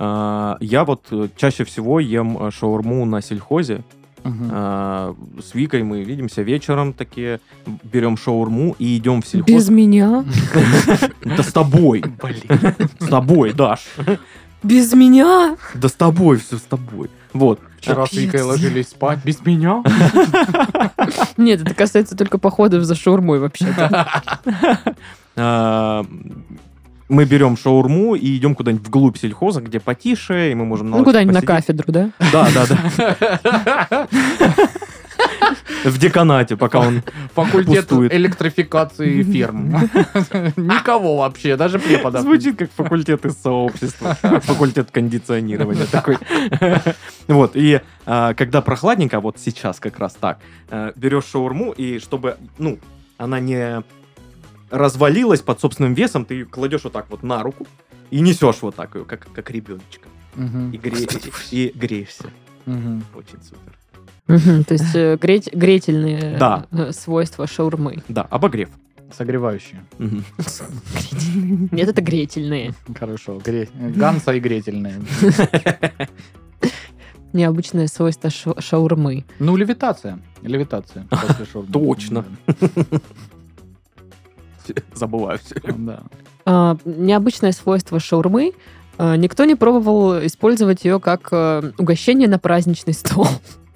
А, Я вот э, чаще всего ем э, шаурму на сельхозе. А, С Викой мы видимся вечером такие, берем шаурму и идем в Без сельхоз. меня? Да с тобой, Блин. с тобой, Даш. Без меня? Да с тобой, все с тобой. Вот. Вчера с Викой Капец. ложились спать без меня. Нет, это касается только походов за шаурмой вообще-то. А, Мы берем шаурму и идем куда-нибудь вглубь сельхоза, где потише, и мы можем Ну, куда-нибудь на посидеть. кафедру, да? Да, да, да. В деканате, пока он... Факультет Пустует. электрификации ферм. Никого вообще, даже преподов. Звучит как факультет из сообщества. Факультет кондиционирования такой. Вот, и а, когда прохладненько, вот сейчас как раз так, э, берешь шаурму, и чтобы, ну, она не развалилась под собственным весом, ты ее кладешь вот так вот на руку и несешь вот так ее, как, как ребеночка. Мгм. И, гре- и греешься. Мгм. Очень супер. Мгм, То есть э, греть- гретельные Да. э, свойства шаурмы. Да, обогрев. Согревающие. Мгм. Нет, это гретельные. Хорошо. гре- Ганса и гретельные. Необычное свойство ша- шаурмы. Ну, левитация. Левитация. после шаурмы. Точно. Забываю все. Да. А, Необычное свойство шаурмы. а, Никто не пробовал использовать ее как э, угощение на праздничный стол.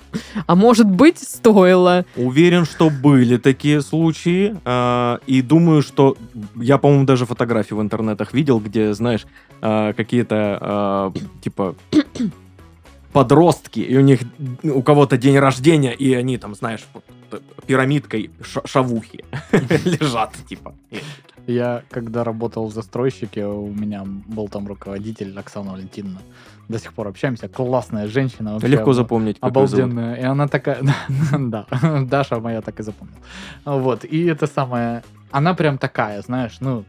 А может быть, стоило. Уверен, что были такие случаи. э, И думаю, что... Я, по-моему, даже фотографии в а, интернетах видел, где, знаешь, э, какие-то, э, типа... а, подростки, и у них у кого-то день рождения, и они там, знаешь, вот, э, пирамидкой ша- шавухи лежат, типа. И- Я, когда работал в застройщике, у меня был там руководитель Оксана Валентиновна. До сих пор общаемся. Классная женщина. вообще Легко обал- запомнить, как её зовут. Обалденная. И она такая... Да, Даша моя так и запомнила. Вот. И это самое... Она прям такая, знаешь, ну,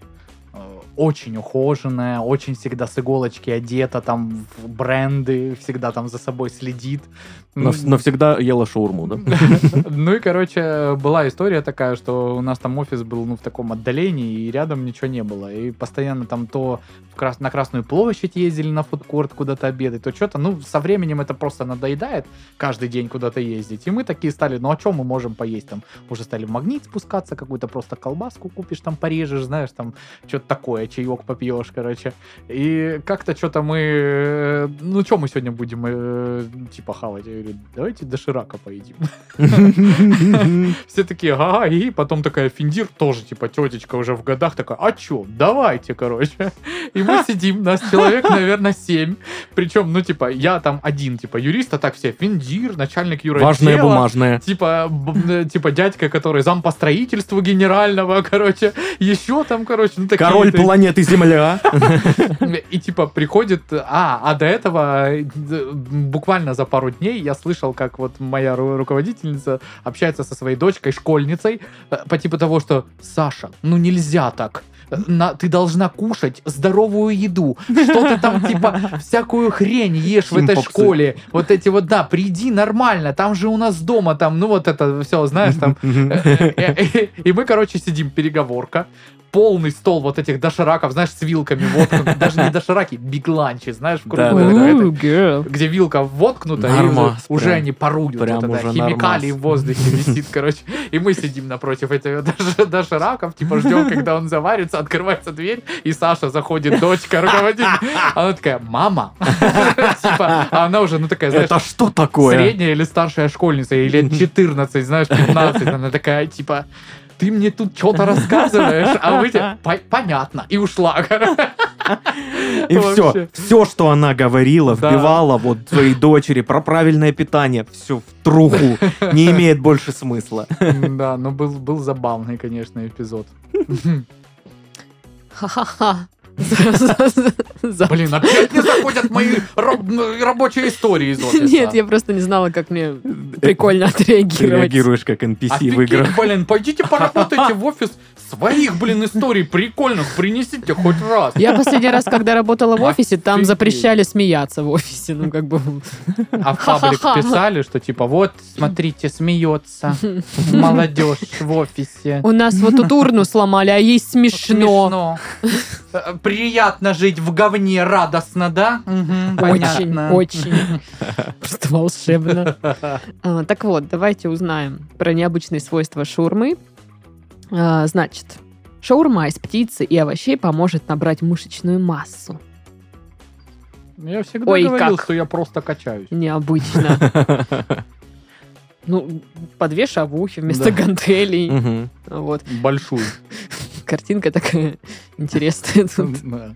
э, очень ухоженная, очень всегда с иголочки одета, там, в бренды, всегда там за собой следит. Нав- Навсегда ела шаурму, да? Ну и, короче, была история такая, что у нас там офис был ну, в таком отдалении, и рядом ничего не было. И постоянно там то в крас- на Красную площадь ездили на фудкорт куда-то обедать, то что-то. Ну, со временем это просто надоедает каждый день куда-то ездить. И мы такие стали, ну, о чем мы можем поесть там? Уже стали в магнит спускаться, какую-то просто колбаску купишь, там порежешь, знаешь, там что-то такое, чаек попьешь, короче. И как-то что-то мы... э, Ну, что мы сегодня будем, э, типа, хавать? Я говорю, давайте доширака поедим. Все такие, ага, и потом такая Финдир, тоже типа тетечка уже в годах, такая, а чё, давайте, короче. И мы сидим, нас человек, наверное, семь. Причем, ну, типа, я там один, типа, юрист, а так все, Финдир, начальник юротдела. Важная бумажная. Типа, б- э, типа дядька, который зам по строительству генерального, короче, еще там, короче, ну такие. Король то есть- планеты Земля. и типа приходит, а, а до этого э, буквально за пару дней я слышал, как вот моя ру- руководительница общается со своей дочкой, школьницей, э, по типу того, что Саша, ну нельзя так. Э, на- ты должна кушать здоровую еду. Что ты там, типа, всякую хрень ешь в этой Химпопсы. школе. Вот эти вот, да, приди нормально. Там же у нас дома, там, ну вот это все, знаешь, там э, и мы, короче, сидим, переговорка. Полный стол вот этих дошираков, знаешь, с вилками воткнут. Даже не дошираки, бигланчи, знаешь, в круглую Да, да, да. Ooh, эту- ну, girl. где вилка воткнута, и Нормас, уже, уже прям. они поруют. Прям вот это, уже химикалии нормас. в воздухе висит, короче. И мы сидим напротив этих дош- дошираков, типа ждем, когда он заварится, открывается дверь, и Саша заходит, дочка руководит. Она такая, мама. Типа, а она уже, ну такая, знаешь, Это что такое? Средняя или старшая школьница, или лет 14, знаешь, 15, она такая, типа, ты мне тут что-то рассказываешь, а вы... те- По- Понятно. И ушла. короче. И все, вообще. все, что она говорила, Да. вбивала вот своей дочери про правильное питание, все в труху, не имеет больше смысла. Да, но был, был забавный, конечно, эпизод. Блин, Ха-ха-ха. За- опять не заходят мои раб- рабочие истории из офиса. Нет, я просто не знала, как мне прикольно Ты отреагировать. реагируешь как NPC в Офигеть, играх. А блин, пойдите поработайте в офис своих, блин, историй прикольных, принесите хоть раз. Я последний раз, когда работала в офисе, там Офигеть. запрещали смеяться в офисе. Ну, как бы... А в паблик Ха-ха-ха. писали, что типа вот, смотрите, смеется молодежь в офисе. У нас вот тут урну сломали, а ей смешно. Э, Приятно жить в говне, радостно, да? Мгм, Очень, понятно. очень. Просто волшебно. А, Так вот, давайте узнаем про необычные свойства шаурмы. А, Значит, шаурма из птицы и овощей поможет набрать мышечную массу. Я всегда Ой, говорил, как. что я просто качаюсь. Необычно. Ну, по две шавухи вместо Да. гантелей. Мгм. Вот. Большую. Картинка такая интересная тут. Да.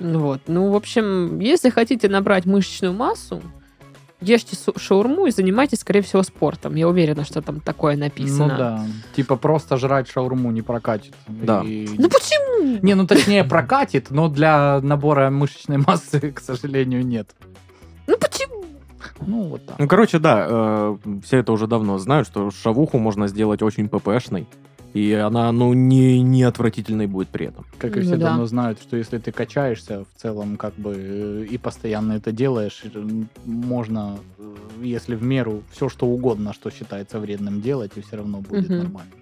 Вот. Ну, в общем, если хотите набрать мышечную массу, ешьте су- шаурму и занимайтесь, скорее всего, спортом. Я уверена, что там такое написано. Ну да. Типа просто жрать шаурму не прокатит. Да. И- Ну почему? Не, ну точнее прокатит, но для набора мышечной массы, к сожалению, нет. Ну почему? Ну вот так. Ну, короче, да, э, все это уже давно знают, что шавуху можно сделать очень ppшной, и она, ну, не, не отвратительной будет при этом. Как и Ну все да. давно знают, что если ты качаешься в целом, как бы э, и постоянно это делаешь, э, можно, э, если в меру, все что угодно, что считается вредным делать, и все равно будет Мгм. нормально.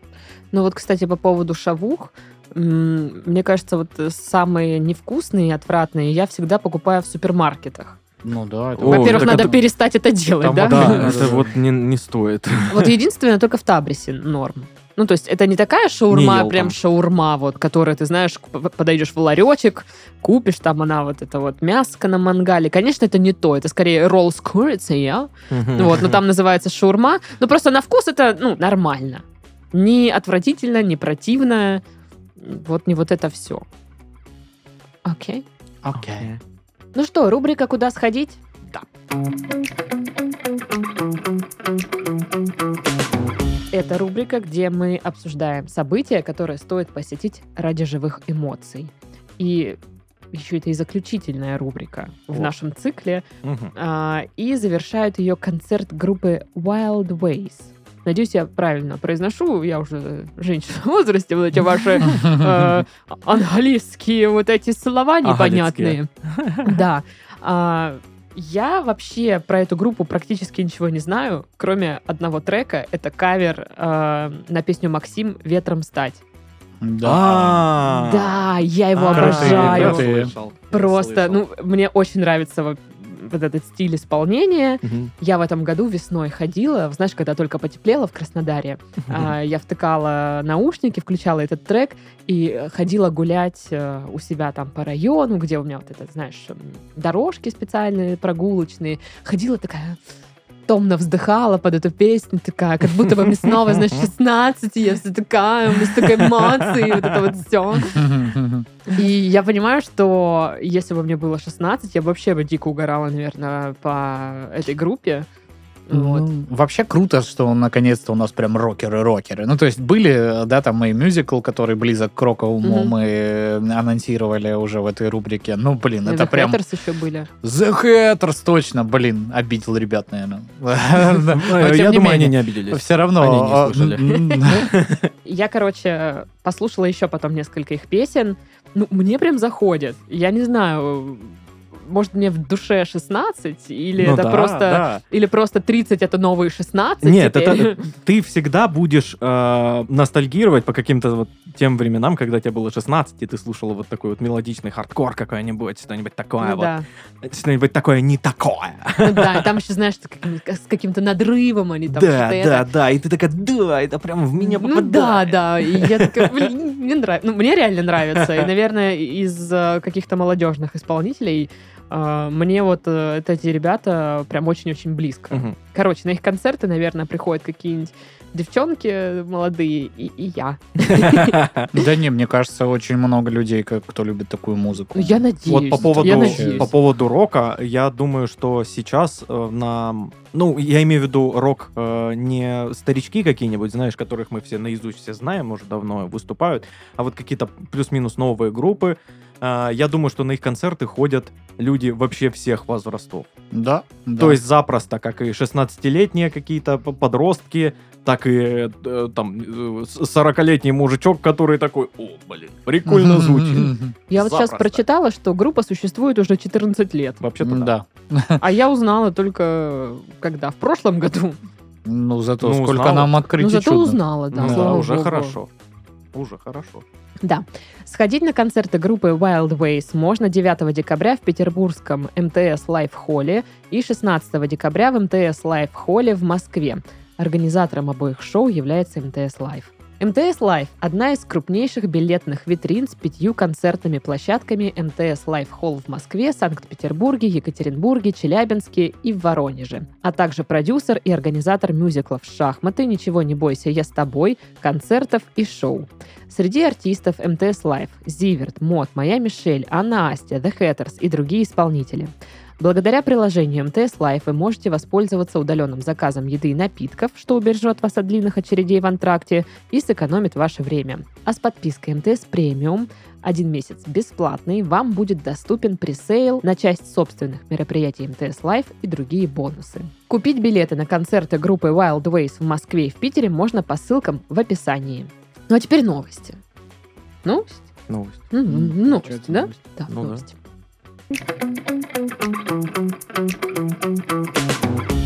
Ну вот, кстати, по поводу шавух. м, Мне кажется, вот э, самые невкусные и отвратные я всегда покупаю в супермаркетах. Ну да, это О, Во-первых, так надо это- перестать это делать, Там да? вообще- Да, Да, это да, да. вот не, не стоит. Вот единственное, только в Табрисе норм. Ну, то есть это не такая Не шаурма, ел прям там. шаурма, вот, которая, ты знаешь, п- подойдешь в ларечек, купишь там она вот это вот мяско на мангале. Конечно, это не то, это скорее ролл с курицей, я. Вот, но там называется шаурма. Ну, просто на вкус это, ну, нормально. Не отвратительно, не противно. Вот не вот это все. Окей. Окей. Ну что, рубрика «Куда сходить?» Да. Это рубрика, где мы обсуждаем события, которые стоит посетить ради живых эмоций. И еще это и заключительная рубрика в О. нашем цикле. Мгм. А, и завершают ее концерт группы Wild Ways. Надеюсь, я правильно произношу. Я уже женщина в возрасте, вот эти ваши э, английские вот эти слова непонятные. Английские. Да. А, Я вообще про эту группу практически ничего не знаю, кроме одного трека. Это кавер э, на песню Максим «Ветром стать». Да. А. Да, я его А, крутые, обожаю. я крутые. слышал, я Просто, слышал. ну, мне очень нравится вот вот этот стиль исполнения. Мгм. Я в этом году весной ходила, знаешь, когда только потеплело в Краснодаре, а, я втыкала наушники, включала этот трек и э, ходила гулять э, у себя там по району, где у меня вот это, знаешь, м, дорожки специальные, прогулочные. Ходила такая томно вздыхала под эту песню, такая, как будто бы мне снова, знаешь, 16, и я вся такая, у меня столько эмоций, вот это вот все. И я понимаю, что если бы мне было 16, я бы вообще бы дико угорала, наверное, по этой группе. Вот. Ну, Вообще круто, что он, наконец-то у нас прям рокеры-рокеры. Ну, то есть были, да, там и мюзикл, который близок к роковому, Мгм. мы э, анонсировали уже в этой рубрике. Ну, блин, И это The прям... Hatters еще были. The Hatters, точно, блин, обидел ребят, наверное. Ну, а Э, Я думаю, они не обиделись. Все равно... Они не а, м, м, Я, короче, послушала еще потом несколько их песен. Ну, мне прям заходит. Я не знаю, может, мне в душе 16, или Ну это да, просто... да. Или просто 30 это новые 16. Нет, теперь. Ну это ты всегда будешь э, ностальгировать по каким-то вот тем временам, когда тебе было 16, и ты слушала вот такой вот мелодичный хардкор какой-нибудь, что-нибудь такое Ну вот. да. Что-нибудь такое не такое. Ну да, и там еще, знаешь, так как- с каким-то надрывом они там да, что-то да, это. да. И ты такая, да, это прям в меня Ну попадает. да, да. И я такая, блин, мне нравится. Ну, мне реально нравится. И, наверное, из э, каких-то молодежных исполнителей э, мне вот э, это эти ребята прям очень-очень близко. Мгм. Короче, на их концерты, наверное, приходят какие-нибудь девчонки молодые и, и я. Да не, мне кажется, очень много людей, как- кто любит такую музыку. Ну, я надеюсь. Вот по Я поводу, надеюсь. по поводу рока, я думаю, что сейчас э, на... Ну, я имею в виду рок э, не старички какие-нибудь, знаешь, которых мы все наизусть все знаем, уже давно выступают, а вот какие-то плюс-минус новые группы. Э, я думаю, что на их концерты ходят люди вообще всех возрастов. Да, да. То есть запросто, как и 16-летние какие-то п- подростки, так и э, там э, с- 40-летний мужичок, который такой, о, блин, прикольно звучит. Я вот сейчас запросто. прочитала, что группа существует уже 14 лет. Вообще-то да. Да. А я узнала только когда? В прошлом году. Ну, зато Ну, сколько узнала. нам открыть Ну, зато узнала, да. Ну, слава уже богу. хорошо. Уже хорошо. Да. Сходить на концерты группы Wild Ways можно 9 декабря в петербургском МТС Лайф Холле и 16 декабря в МТС Лайф Холле в Москве. Организатором обоих шоу является МТС Лайф. МТС Лайф – одна из крупнейших билетных витрин с пятью концертными площадками МТС Лайф Холл в Москве, Санкт-Петербурге, Екатеринбурге, Челябинске и в Воронеже. А также продюсер и организатор мюзиклов «Шахматы», «Ничего не бойся, я с тобой», концертов и шоу. Среди артистов МТС Лайф – Зиверт, Мод, Моя Мишель, Анна Астя, The Hatters и другие исполнители. Благодаря приложению МТС Лайф вы можете воспользоваться удаленным заказом еды и напитков, что убережет вас от длинных очередей в антракте и сэкономит ваше время. А с подпиской МТС Премиум один месяц бесплатный вам будет доступен пресейл на часть собственных мероприятий МТС Лайф и другие бонусы. Купить билеты на концерты группы Wild Ways в Москве и в Питере можно по ссылкам в описании. Ну а теперь новости. Новость? Новость. М, Новость, да? Да, Ну да. новости. Ну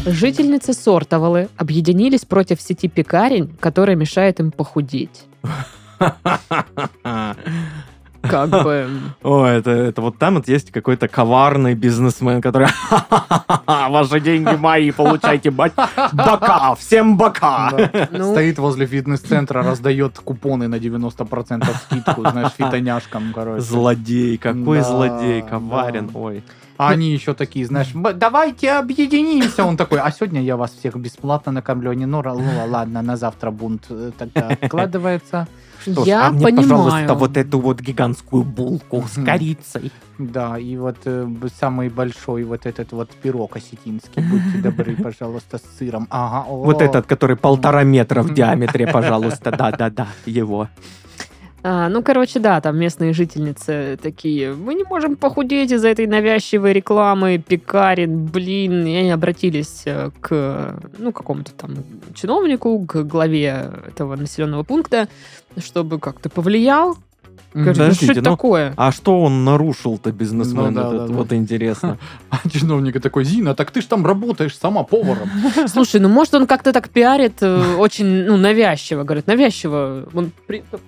Жительницы Сортовалы объединились против сети пекарень, которая мешает им похудеть. Как бы... А, О, это, это вот там вот есть какой-то коварный бизнесмен, который... Ваши деньги мои, получайте бать- бока, всем бока. Ну, А, Стоит возле фитнес-центра, раздает купоны на 90% скидку, знаешь, фитоняшкам, короче. Злодей, какой Да, злодей, коварен, да. ой. А они еще такие, знаешь, «Б- давайте объединимся. Он такой, а сегодня я вас всех бесплатно накормлю. Они, ну, ра- ну, ладно, на завтра бунт э, тогда откладывается. Что ж, Я а мне, понимаю. пожалуйста, вот эту вот гигантскую булку с Мгм. корицей. Да, и вот э, б- самый большой вот этот вот пирог осетинский, будьте добры, пожалуйста, с сыром. Ага, о. Вот этот, который полтора метра в диаметре, пожалуйста. Да-да-да, его. А, ну, короче, да, там местные жительницы такие, мы не можем похудеть из-за этой навязчивой рекламы, пекарен, блин. И они обратились э, к, ну, какому-то там чиновнику, к главе этого населенного пункта, чтобы как-то повлиял. Говорит, ну, что Подождите, это ну, такое? А что он нарушил-то, бизнесмен Ну да, этот? да, да. Вот интересно. А чиновник такой, Зина, так ты ж там работаешь сама поваром. Слушай, ну, может, он как-то так пиарит э, очень, ну, навязчиво, говорит, навязчиво. Он при- такой,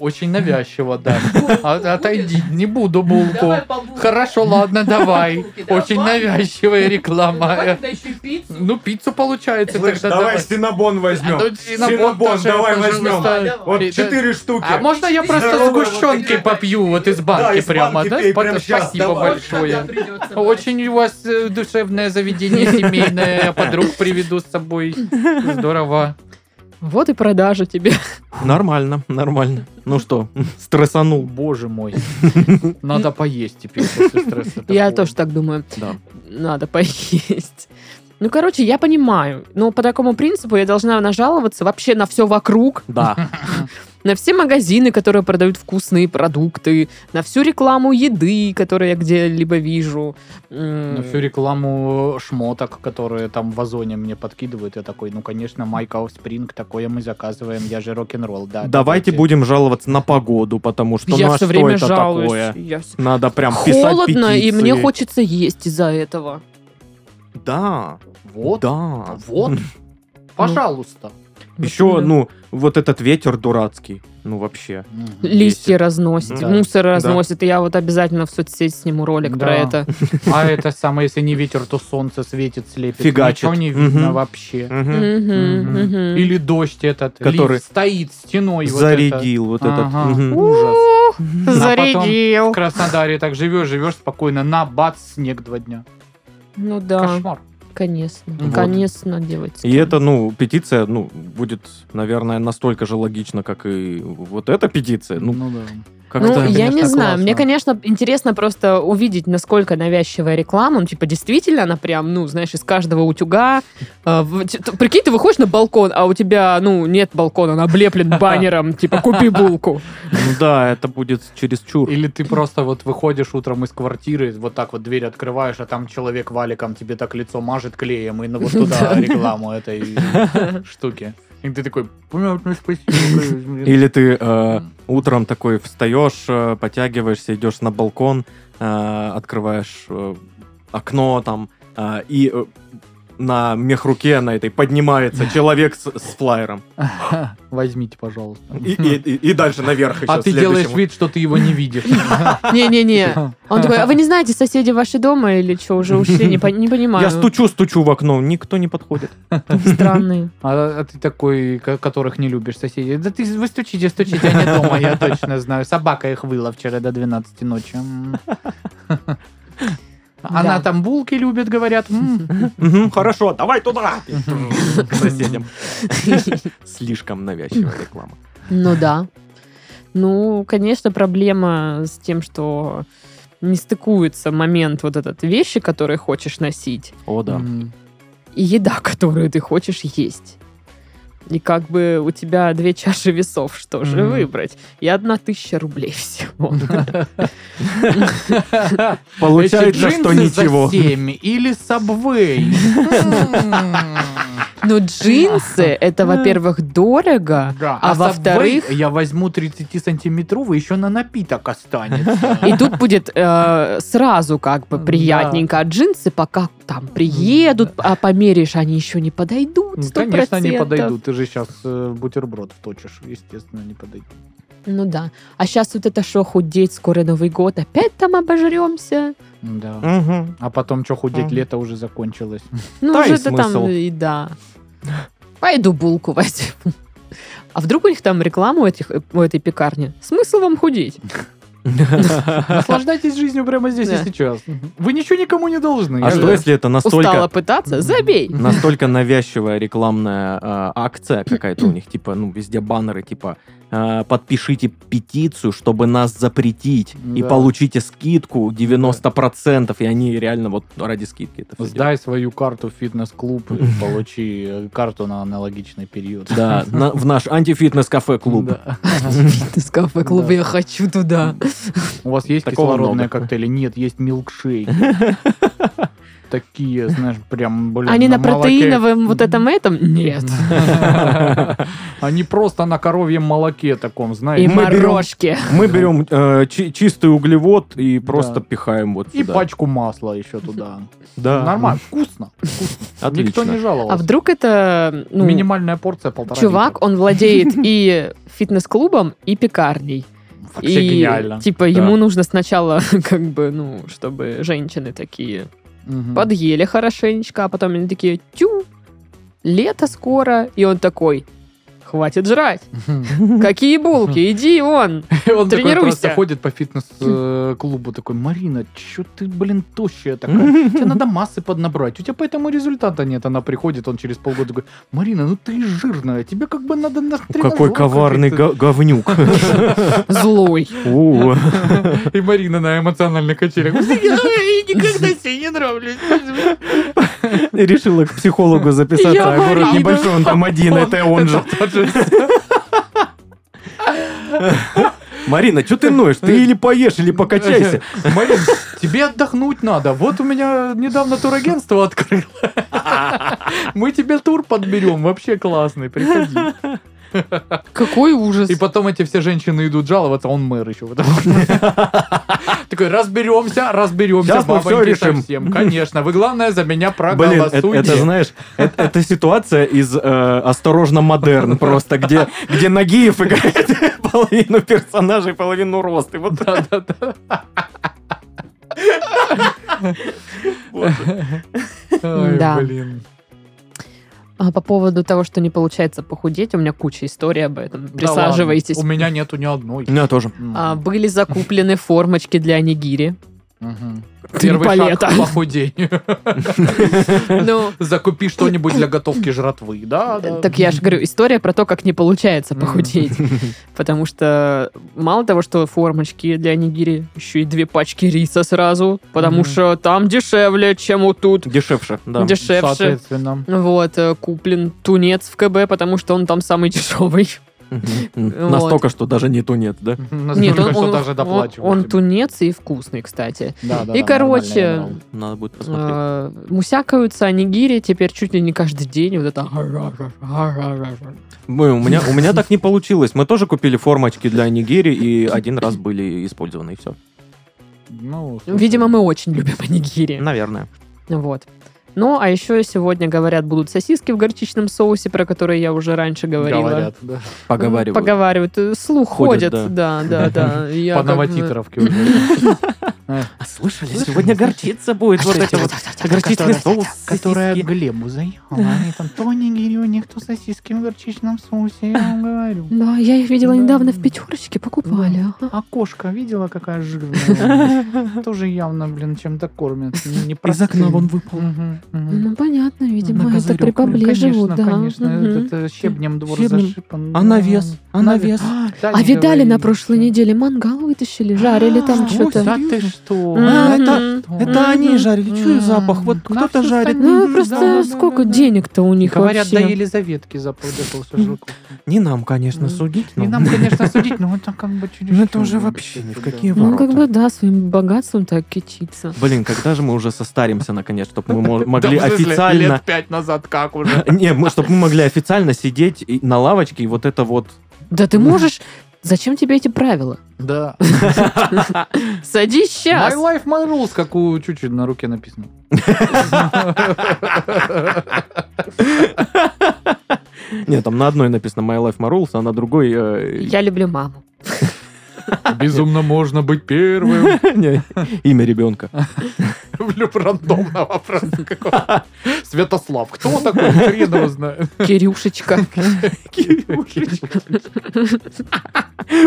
Очень навязчиво, да. А- Отойди, не буду булку. «Давай по булке, Хорошо, ладно, давай. Очень навязчивая давай реклама. тогда еще и пиццу». Ну, пиццу получается Слышь, тогда. давай стенобон А, ну, возьмем. синабон Синабон, тоже, давай пожалуйста. возьмем. Вот Да. четыре штуки. А можно я просто Здорово, вот сгущенки такие. попью вот из Да, банки из прямо, банки да? пей Пот- прямо щас, Спасибо давай. большое. Очень у вас э, душевное заведение семейное, а подруг приведу с собой. Здорово. Вот и продажа тебе. Нормально, нормально. Ну что, стрессанул. Боже мой. Надо поесть теперь после стресса. Я такого. тоже так думаю. Да. Надо поесть. Ну, короче, я понимаю. Но по такому принципу я должна нажаловаться вообще на все вокруг, Да. на все магазины, которые продают вкусные продукты, на всю рекламу еды, которую я где-либо вижу. На М, всю рекламу шмоток, которые там в Озоне мне подкидывают, я такой, ну, конечно, Майкл Спринг, такое мы заказываем, я же рок-н-ролл, да. Давайте будем жаловаться на погоду, потому что Я ну а все что время это жалуюсь. такое? Я вс- Надо прям писать Холодно, и мне петиции. хочется есть из-за этого. Да, Вот, да. вот, пожалуйста. Еще, Вот, ну, вот этот ветер дурацкий. Ну, вообще. Листья Бесит. разносит, Да. мусор разносит, и я вот обязательно в соцсети сниму ролик Да. про это. А это самое, если не ветер, то солнце светит, слепит. Фигачит. Ничего не видно Мгм. вообще. Мгм. Мгм, Мгм. мгм. Или дождь этот, Который лифт стоит стеной. вот Зарядил вот это. этот. Ага. Мгм. Ужас. А Ух, В Зарядил. Краснодаре так живешь, живешь спокойно, на бац, снег два дня. Ну да. Кошмар. Конечно, Вот. конечно, девочки. И это, ну, петиция, ну, будет, наверное, настолько же логично, как и вот эта петиция. Ну, да. Ну, как-то... я не конечно, знаю. Мне, классно. конечно, интересно просто увидеть, насколько навязчивая реклама. Ну, типа, действительно, она прям, ну, знаешь, из каждого утюга. э, в- т- т- Прикинь, ты выходишь на балкон, а у тебя, ну, нет балкона, он облеплен баннером, типа, купи булку. Ну да, это будет чересчур. Ну, Или ты просто вот выходишь утром из квартиры, вот так вот дверь открываешь, а там человек валиком тебе так лицо мажет клеем, и ну вот туда рекламу этой штуки. И ты такой, понятно, спасибо. Или ты э, утром такой встаешь, э, потягиваешься, идешь на балкон, э, открываешь э, окно там, э, и э, на мехруке на этой поднимается человек с, с флайером. Возьмите, пожалуйста. И, и- и- и дальше наверх еще А ты делаешь вид, что ты его не видишь. Не-не-не. Он такой, а вы не знаете, соседи ваши дома или что, уже ушли? Не, пон- не понимаю. Я стучу, стучу в окно, никто не подходит. Странные. А, а ты такой, ко- которых не любишь соседей. Да ты вы стучите, стучите, они дома, я точно знаю. Собака их выла вчера до 12 ночи. М. Она Да. там булки любит, говорят. М. Мгм, хорошо, давай туда! К соседям. Слишком навязчивая реклама. Ну да. Ну, конечно, проблема с тем, что не стыкуется момент вот этот вещи, которые хочешь носить, О, да. М. и еда, которую ты хочешь есть. И как бы у тебя две чаши весов, что же Мгм. выбрать? И одна тысяча рублей всего. Получается, Эти что джинсы за ничего. семь или сабвей. Но Ну, джинсы, это, во-первых, дорого, а во-вторых, я возьму 30-сантиметровый, еще на напиток останется. Ну, и тут будет э, сразу как бы Да. приятненько. А джинсы пока там приедут, а померишь, они еще не подойдут. Ну, Конечно, не 100%. подойдут. Ты же сейчас бутерброд вточишь. Естественно, не подойдут. Ну да. А сейчас вот это что, худеть, скоро Новый год, опять там обожремся. Да. Мгм. А потом что худеть, Мгм. лето уже закончилось. Ну, Да, и уже-то там смысл. и да. Пойду булку возьму. А вдруг у них там рекламу этих, э, у этой пекарни? Смысл вам худеть? Наслаждайтесь жизнью прямо здесь Да. и сейчас. Вы ничего никому не должны. А Я что же- если это Устала настолько пытаться? Забей! настолько навязчивая рекламная э, акция какая-то у них, типа, ну, везде баннеры, типа, э, подпишите петицию, чтобы нас запретить, и Да. получите скидку 90%, и они реально вот ради скидки это всё делают. Сдай свою карту в фитнес-клуб и получи э, карту на аналогичный период. Да, на- в наш антифитнес-кафе-клуб. Да. Фитнес кафе клуб, Да. я хочу туда. У вас есть Такого кислородные много. коктейли? Нет, есть милкшейки. Такие, знаешь, прям, блин, Они А на молоке. протеиновом вот этом этом? Нет. Они просто на коровьем молоке таком, знаешь. И Мы берем- морожки. А Мы берем э, чи- чистый углевод и просто Да. пихаем вот И сюда. пачку масла еще туда. Да. Нормально, вкусно. Никто не Отлично. А жаловался. вдруг это ну, Минимальная порция полтора чувак, литра. он владеет и фитнес-клубом, и пекарней. Вообще и, гениально. типа, ему нужно сначала, как бы, ну, чтобы женщины такие Мгм. подъели хорошенечко, а потом они такие, тю, лето скоро. И он такой, хватит жрать. Какие булки, иди он. И Он такой Тренируйся. просто ходит по фитнес-клубу, такой, Марина, чё ты, блин, тощая такая? Тебе надо массы поднабрать. У тебя поэтому результата нет. Она приходит, он через полгода такой, Марина, ну ты жирная, тебе как бы надо на Какой тренажёр коварный каких-то». го- говнюк. Злой. У. И Марина на эмоциональных качелях. никогда себе не нравлюсь. Решила к психологу записаться, Я а город Марина. небольшой, он там один, это он же. Тот же Марина, что ты ноешь? Ты или поешь, или покачайся. Марин, тебе отдохнуть надо. Вот у меня недавно турагентство открыло. Мы тебе тур подберем. Вообще классный, приходи. Какой ужас. И потом эти все женщины идут жаловаться, а он мэр еще. потому что- Такой, разберемся, разберемся, Сейчас мы бабоньки, всё решим. совсем. Конечно, вы главное за меня Блин, это, это, проголосуйте. знаешь, это, это ситуация из э, «Осторожно, модерн» просто, где, где Нагиев играет половину персонажей, половину рост. И вот Да-да-да. Ой, Да. блин. А по поводу того, что не получается похудеть, у меня куча историй об этом. Да Присаживайтесь. ладно, У меня нету ни одной. меня тоже. М. А, были закуплены формочки для нигири. Мгм. Три Первый шаг палета. к похудению. Ну, Закупи что-нибудь для готовки жратвы, да? да. так я же говорю, история про то, как не получается похудеть. Потому что мало того, что формочки для нигири, еще и две пачки риса сразу, потому Мгм. что там дешевле, чем вот тут. Дешевше, да. Дешевше. Соответственно. Вот, э, куплен тунец в КБ, потому что он там самый дешевый. Мгм. Настолько, что даже нету нет, да? Настолько, что даже доплачивают. он тебе. тунец и вкусный, кстати. Да, да, И, да, короче, нормально, нормально. Надо будет посмотреть. Э, Мусякаются о нигире теперь чуть ли не каждый день. Вот это... Мы- у, меня, у меня так не получилось. Мы тоже купили формочки для Нигири, и один раз были использованы, и все. Ну, слушай, Видимо, мы очень любим о нигире. Наверное. Вот. Ну, а еще сегодня, говорят, будут сосиски в горчичном соусе, про которые я уже раньше говорила. говорят, да. Поговариваю. Поговаривают. Э, Слух Ходят, ходит. Да, да, да. Я По как бы- новотитровке уже. А слышали, сегодня горчица будет. Вот А это вот горчичный соус. Которая сосиски. Глебу заехала. Они там то нигири, у них то сосиски в горчичном соусе, я вам говорю. Да, я их видела Да. недавно в пятерочке, покупали. Ага. А кошка видела, какая жирная? Тоже явно, блин, чем-то кормят. Из окна вон выпал. Ну, понятно, видимо, На это козырёк. при поближе. Конечно, вот, Ну да. конечно. Мгм. Это, это щебнем двор Щебнем. засыпан. А да. навес? А навес? А, да, А не видали, на говори. прошлой неделе мангал вытащили, жарили там А, что-то. Да ты что? А, Мгм. это- Это они жарили. Чую запах. Вот М, кто-то на всю жарит. Ну, Да, просто да, да, сколько да, да. денег-то у них Говорят, до вообще? Елизаветки заплодил шашлыку. Не нам, конечно, М. судить. Не но- нам, конечно, судить, но это как бы через. Ну, это уже вообще ни в какие Ну, как ворота. бы, да, своим богатством так кичиться. Блин, когда же мы уже состаримся, наконец, чтобы мы мо- могли Лет официально... пять назад как уже. Не, мы, чтобы мы могли официально сидеть и- на лавочке и вот это вот... Да ты можешь... Зачем тебе эти правила? Да. Садись My сейчас! life, my rules, как у Чучи на руке написано. Не, там на одной написано My Life My Rules, а на другой... э, Я люблю маму. Безумно можно быть первым. не, Имя ребенка. Люблю рандомно вопрос какого. Святослав, кто он такой? Хрен его знает. Кирюшечка.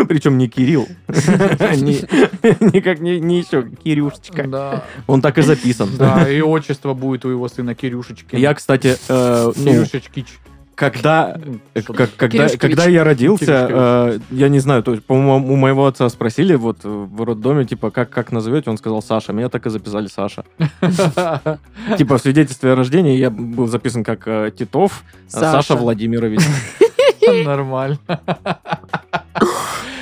Причем не Кирилл. Не- Никак не не еще Кирюшечка. Да, Он так и записан. да, и отчество будет у его сына Кирюшечки. Я, кстати, э, ну, э, Кирюшечкич. когда Что-то. как- когда, Кирюшка когда Вич. я родился, Кирюшка э, я не знаю, то есть, по-моему, у моего отца спросили вот э, в роддоме, типа, как, как назовете, он сказал Саша. Меня так и записали Саша. Типа, в свидетельстве о рождении я был записан как э, Титов э, Саша Владимирович. Нормально.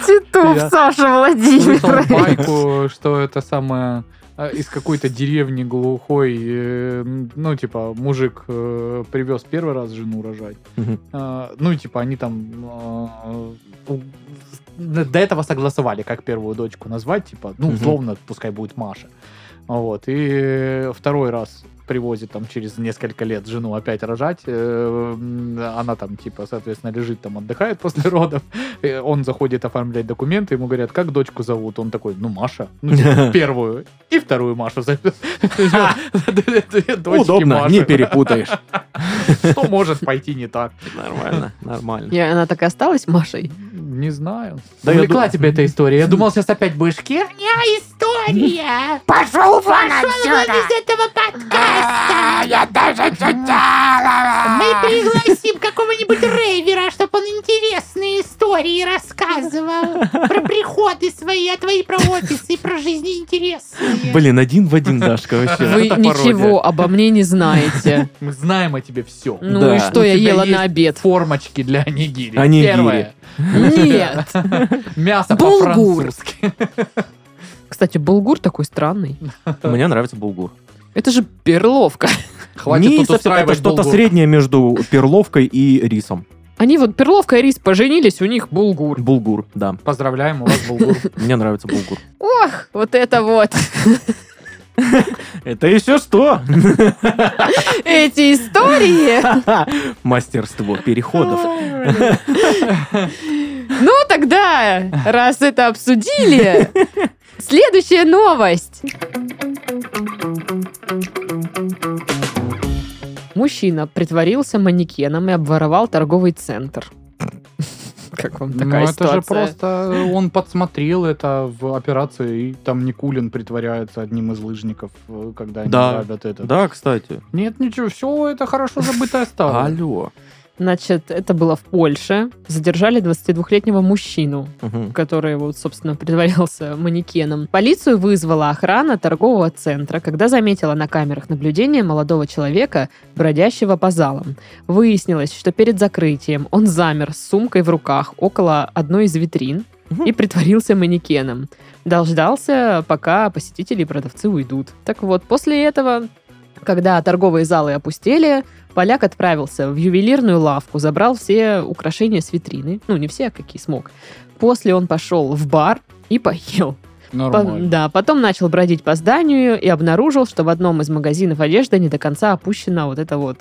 Титов Я Саша Слышал Владимирович. байку, что это самое э, из какой-то деревни глухой, э, ну, типа, мужик э, привез первый раз жену рожать. Мгм. Э, Ну, и, типа, они там э, у- до этого согласовали, как первую дочку назвать, типа, ну, Мгм. условно, пускай будет Маша. Вот, и второй раз привозит там через несколько лет жену опять рожать. э, м, Она там, типа, соответственно, лежит там, отдыхает после родов. И Он заходит оформлять документы, ему говорят, как дочку зовут? Он такой, ну, Маша. Ну, типа, первую и вторую Машу. Удобно, не перепутаешь. Что может пойти не так? Нормально, нормально. И она так и осталась Машей? Не знаю. Да я Увлекла ду- тебя эта история. Я думал, сейчас опять будешь хер. история. Пошел вон отсюда. из этого подкаста. Я даже читала. Мы пригласим какого-нибудь рейвера, чтобы он интересные истории рассказывал. Про приходы свои, а твои про офисы, и про жизни интересные. Блин, один в один, Дашка, вообще. Вы Это пародия. ничего обо мне не знаете. Мы знаем о тебе все. Ну Да. и что У я тебя ела есть на обед? Формочки для анигири. Анигири. Первое. Нет. Мясо Булгур. по-французски. Кстати, булгур такой странный. Мне нравится булгур. Это же перловка. Хватит Не тут совсем, это устраивать что-то булгур. среднее между перловкой и рисом. Они вот перловка и рис поженились, у них булгур. Булгур, да. Поздравляем, у вас булгур. Мне нравится булгур. Ох, вот это вот. Это еще что? Эти истории. Мастерство переходов. Ну тогда, раз это обсудили, следующая новость. Мужчина притворился манекеном и обворовал торговый центр. Как вам такая Ну, это ситуация? же просто он подсмотрел это в операции, и там Никулин притворяется одним из лыжников, э, когда они Да. грабят это. Да, кстати. Нет, ничего, все это хорошо забытое стало. Алло. Значит, это было в Польше. Задержали 22-летнего мужчину, Мгм. который, вот, собственно, притворялся манекеном. Полицию вызвала охрана торгового центра, когда заметила на камерах наблюдения молодого человека, бродящего по залам. Выяснилось, что перед закрытием он замер с сумкой в руках около одной из витрин Мгм. и притворился манекеном. Дождался, пока посетители и продавцы уйдут. Так вот, после этого, когда торговые залы опустели, поляк отправился в ювелирную лавку, забрал все украшения с витрины. Ну, не все, а какие смог. После он пошел в бар и поел. По- Нормально. да, потом начал бродить по зданию и обнаружил, что в одном из магазинов одежды не до конца опущена вот эта вот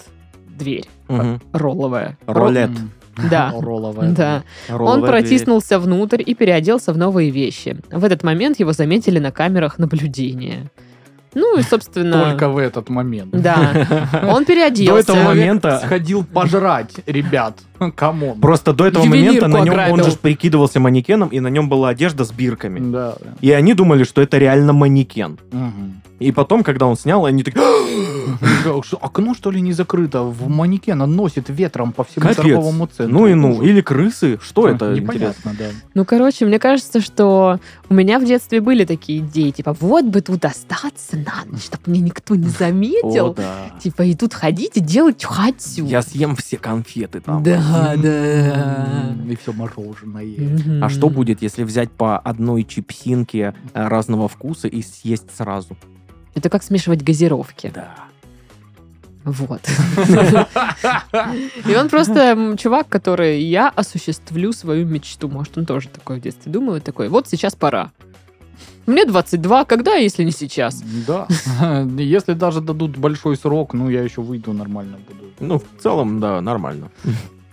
дверь Мгм. ролловая. Ролет. М, Да. Ролловая. Да. Он Ролловая протиснулся внутрь и переоделся в новые вещи. В этот момент его заметили на камерах наблюдения. Ну и, собственно... Только в этот момент. Да. дверь. Он переоделся. До этого момента... Сходил пожрать, ребят. Камон. Просто до этого Ювелирку момента на нем он ограбил. же прикидывался манекеном, и на нем была одежда с бирками. Да. да. И они думали, что это реально манекен. Мгм. И потом, когда он снял, они такие, Да, что, Окно, что ли, не закрыто? В манекен носит ветром по всему «А, Капец. торговому центру. ну и ну, Ужас. или крысы, что это? интересно? Непонятно, да. Ну, короче, мне кажется, что у меня в детстве были такие идеи, типа, вот бы тут остаться на ночь, чтобы меня никто не О, заметил. да. Типа, и тут ходить и делать, что хочу. Я съем все конфеты там. Да, да. М, И все мороженое. Мгм. А что будет, если взять по одной чипсинке э, разного вкуса и съесть сразу? Это как смешивать газировки. Да. Вот. И он просто м, чувак, который я осуществлю свою мечту. Может, он тоже такой в детстве думал и такой, вот сейчас пора. Мне 22, когда, если не сейчас? Да. Если даже дадут большой срок, ну я еще выйду нормально буду. Ну, в целом, да, нормально.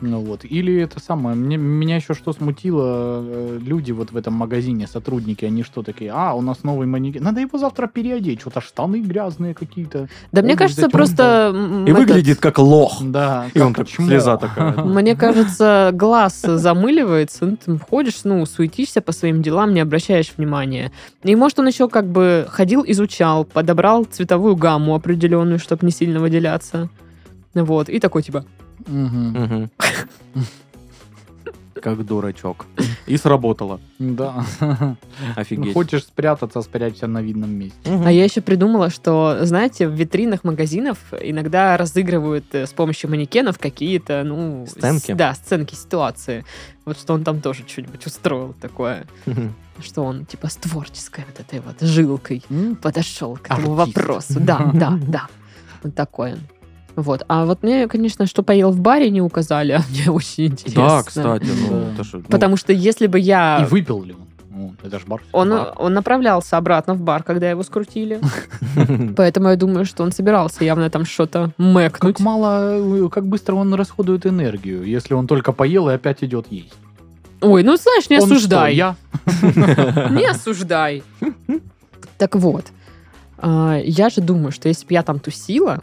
Ну вот. Или это самое, мне, меня еще что смутило, э, люди вот в этом магазине, сотрудники, они что такие, а, у нас новый манекен, надо его завтра переодеть, что-то штаны грязные какие-то. Да мне Обувь кажется, затёртая. просто... м, И этот- выглядит как лох. Да. И он как так, чмо. слеза такая. Мне кажется, глаз замыливается, ну, ты ходишь, ну, суетишься по своим делам, не обращаешь внимания. И может он еще как бы ходил, изучал, подобрал цветовую гамму определенную, чтобы не сильно выделяться. Вот, и такой типа, Мгм. Мгм. Как дурачок. И сработало. Да. Ну, Офигеть. Хочешь спрятаться, спрячься на видном месте. Мгм. А я еще придумала, что, знаете, в витринах магазинов иногда разыгрывают э, с помощью манекенов какие-то, ну... Сценки? с- да, сценки, ситуации. Вот что он там тоже что-нибудь устроил такое. Мгм. Что он, типа, с творческой вот этой вот жилкой подошел к этому Артист. вопросу. Да, да, да. Вот такой он. Вот. А вот мне, конечно, что поел в баре, не указали, а мне очень интересно. Да, кстати, ну Да. это ж, ну, Потому что если бы я... И выпил ли он? Ну, Это ж бар. Он, Бар. он направлялся обратно в бар, когда его скрутили. Поэтому я думаю, что он собирался явно там что-то мэкнуть. Как мало, э, как быстро он расходует энергию, если он только поел и опять идет есть. Ой, ну знаешь, не Он что, осуждай. я? Не осуждай. Так вот, а, я же думаю, что если бы я там тусила,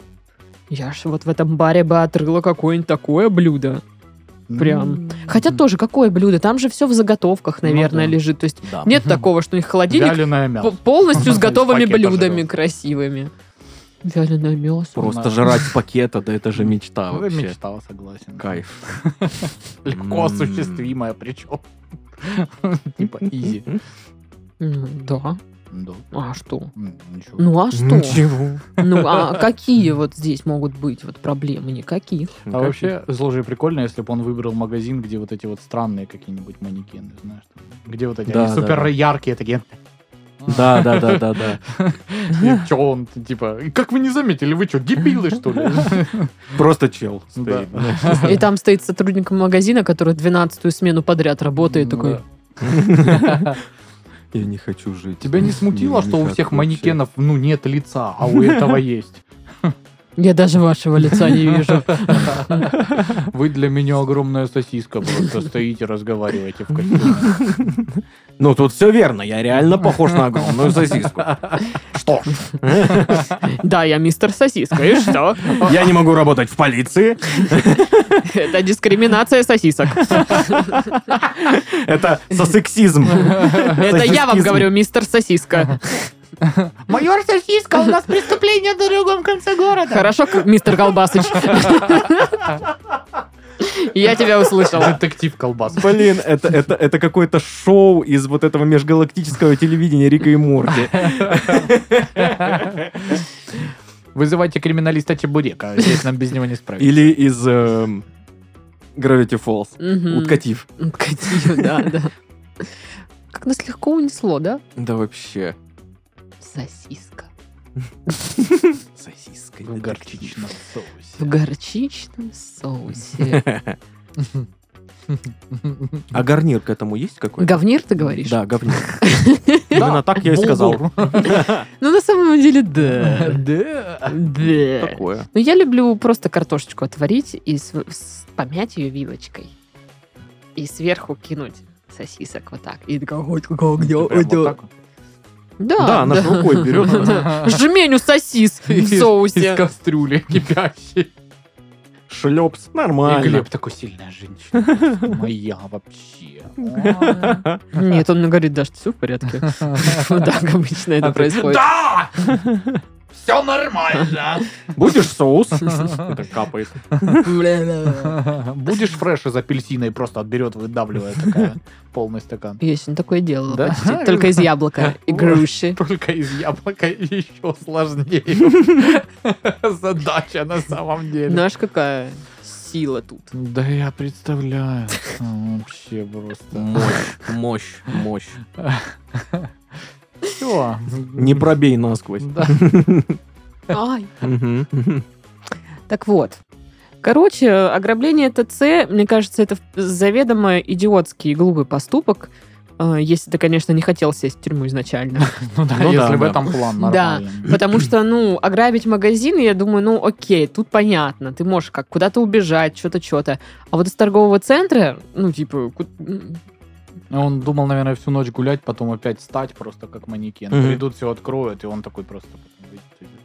я же вот в этом баре бы отрыла какое-нибудь такое блюдо. Ну, Прям. М. Хотя тоже какое блюдо? Там же все в заготовках, Ну наверное, да. лежит. То есть да. нет такого, что у них холодильник Вяленое мясо. п- полностью с Из готовыми пакета блюдами живёт. красивыми. Вяленое мясо. Просто Да. жрать с пакета, да это же мечта Ну, вообще. Мечтал, согласен. Кайф. Легко М. осуществимая причем. Типа изи. М, Да. Да. А что? М, ничего. Ну а что? Ничего. Ну а какие вот здесь могут быть вот проблемы? Никаких. Ну, А вообще, слушай, прикольно, если бы он выбрал магазин, где вот эти вот странные какие-нибудь манекены, знаешь, там, где вот эти Да, да, они супер да. яркие такие. Да, да, да, да, да. И чё он, типа, «И как вы не заметили, вы что, дебилы, что ли? Просто чел Да. стоит. знаешь. И там стоит сотрудник магазина, который 12-ю смену подряд работает. Такой, Я не хочу жить. Тебя не смутило, Ни- что у никак всех вообще. манекенов, ну, нет лица, а у этого есть? я даже вашего лица не вижу. Вы для меня огромная сосиска просто стоите, разговариваете в костюме. Ну тут все верно, я реально похож на огромную сосиску. Что? Да, я мистер сосиска. И что? Я не могу работать в полиции. Это дискриминация сосисок. Это сосексизм. Это я вам Сосискизм. говорю, мистер сосиска. Майор Сосиска, у нас преступление на другом конце города. Хорошо, к- мистер Колбасыч. Я тебя услышал. Детектив колбас. Блин, это, это, это какое-то шоу из вот этого межгалактического телевидения Рика и Морти. Вызывайте криминалиста Чебурека, а здесь нам без него не справиться. Или из эм, Gravity Falls. Мгм. Уткатив. Уткатив, да, да. Как нас легко унесло, да? Да вообще. Сосиска. Сосиской. В горчичном В соусе. горчичном соусе. А гарнир к этому есть какой-то? Говнир, ты говоришь? Да, говнир. Именно так я и сказал. Ну, на самом деле, да. Да. Да. Такое. Ну, я люблю просто картошечку отварить и св- с- помять ее вилочкой. И сверху кинуть сосисок вот так. И такая, «Ой, как огня, Ты прям ой, вот да». так вот? Да, Да, она ж рукой берет. Да. Жменю сосис в Из- Из соусе. кастрюли кипящей. Шлепс. И Нормально. Глеб такой сильная женщина. просто Моя вообще. Ой. Нет, он говорит, да, что все в порядке. Вот так обычно это А ты, происходит. Да! Все нормально. Будешь соус? Это капает. Я Будешь фреш из апельсина и просто отберет, выдавливая такая полный стакан. сегодня такое делала Да? почти. Только из яблока и Вот. груши. Только из яблока еще сложнее. Задача на самом деле. Знаешь, какая сила тут. Да я представляю. ну, Вообще просто. Мощь, мощь, мощь. Все. Не пробей насквозь. А, Ай. Мгм. Так вот. Короче, ограбление ТЦ, мне кажется, это заведомо идиотский и глупый поступок, э, если ты, конечно, не хотел сесть в тюрьму изначально. Ну да, Ну да, если в да. этом план Да. нормальный. Потому что, ну, ограбить магазин, я думаю, ну, окей, тут понятно, ты можешь как куда-то убежать, что-то, что-то. А вот из торгового центра, ну, типа, ку- м, Он думал, наверное, всю ночь гулять, потом опять стать просто как манекен. Мгм. Придут, все откроют, и он такой просто... потом выйдет и-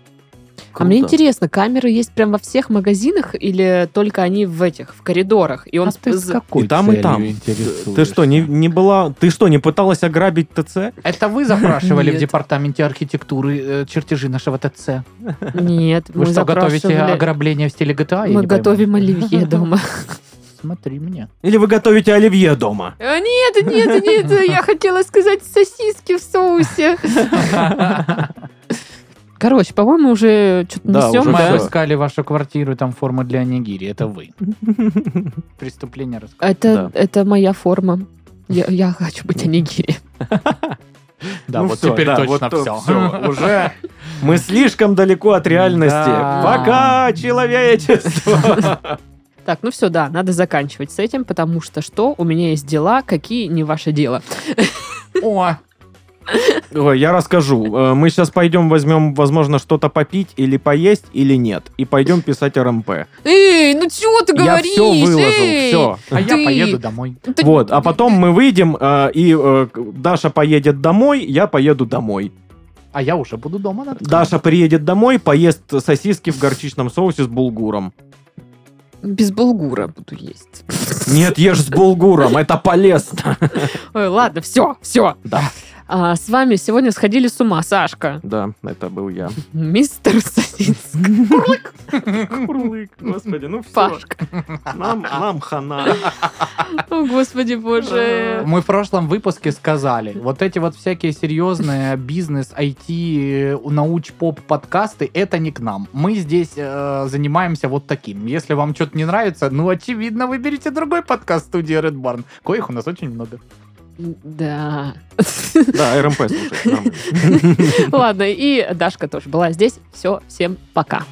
а мне Круто. интересно, камеры есть прям во всех магазинах или только они в этих, в коридорах? И он А ты сп- с за- какой И там, и целью там. интересуешься? Ты что, не, не была... Ты что, не пыталась ограбить ТЦ? Это вы запрашивали в Нет. департаменте архитектуры э, чертежи нашего ТЦ? Нет, мы Вы что, готовите запрашивали- ограбление в стиле GTA? Я не Мы пойму. готовим оливье дома. Смотри меня. Или вы готовите оливье дома? А, Нет, нет, нет, я хотела сказать сосиски в соусе. Короче, по-моему, уже а что-то Да, несем. уже Мы всё. обыскали вашу квартиру, там форма для нигири. Это вы. Преступление раскрыто. Это, это моя форма. Я, я хочу быть анигири. Да, Ну вот всё, теперь да, точно вот то- все. всё, уже мы слишком далеко от реальности. Да. Пока, человечество! Так, ну все, да, надо заканчивать с этим, потому что что? У меня есть дела, какие не ваше дело. О, а Ой, я расскажу. Э, Мы сейчас пойдем возьмем, возможно, что-то попить или поесть, или нет. И пойдем писать РМП. Эй, ну чего ты Я говоришь? все выложил, Эй! все. а я Ты- поеду домой. Ты- Вот, а потом мы выйдем, э, и э, к- Даша поедет домой, я поеду домой. А я уже буду дома. надо сказать. Даша приедет домой, поест сосиски в горчичном соусе с булгуром. Без булгура буду есть. Нет, ешь с булгуром, это полезно. Ой, ладно, все, все. Да. с вами сегодня сходили с ума Сашка, Да, это был я. мистер Сосиск, Курлык, господи, ну все, Пашка. нам, нам хана. О, господи боже. Мы в прошлом выпуске сказали, вот эти вот всякие серьезные бизнес, IT, науч-поп подкасты, это не к нам. Мы здесь э, занимаемся вот таким. Если вам что-то не нравится, ну, очевидно, выберите другой подкаст студии Red Barn. Коих у нас очень много. Да. Да, РМП слушай, нормально. Ладно, и Дашка тоже была здесь. Все, всем пока.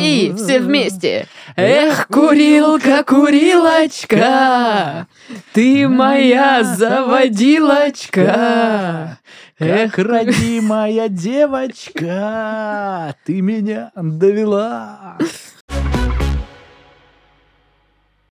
И все вместе. Эх, курилка, курилочка, ты моя заводилочка. Эх, родимая девочка, ты меня довела.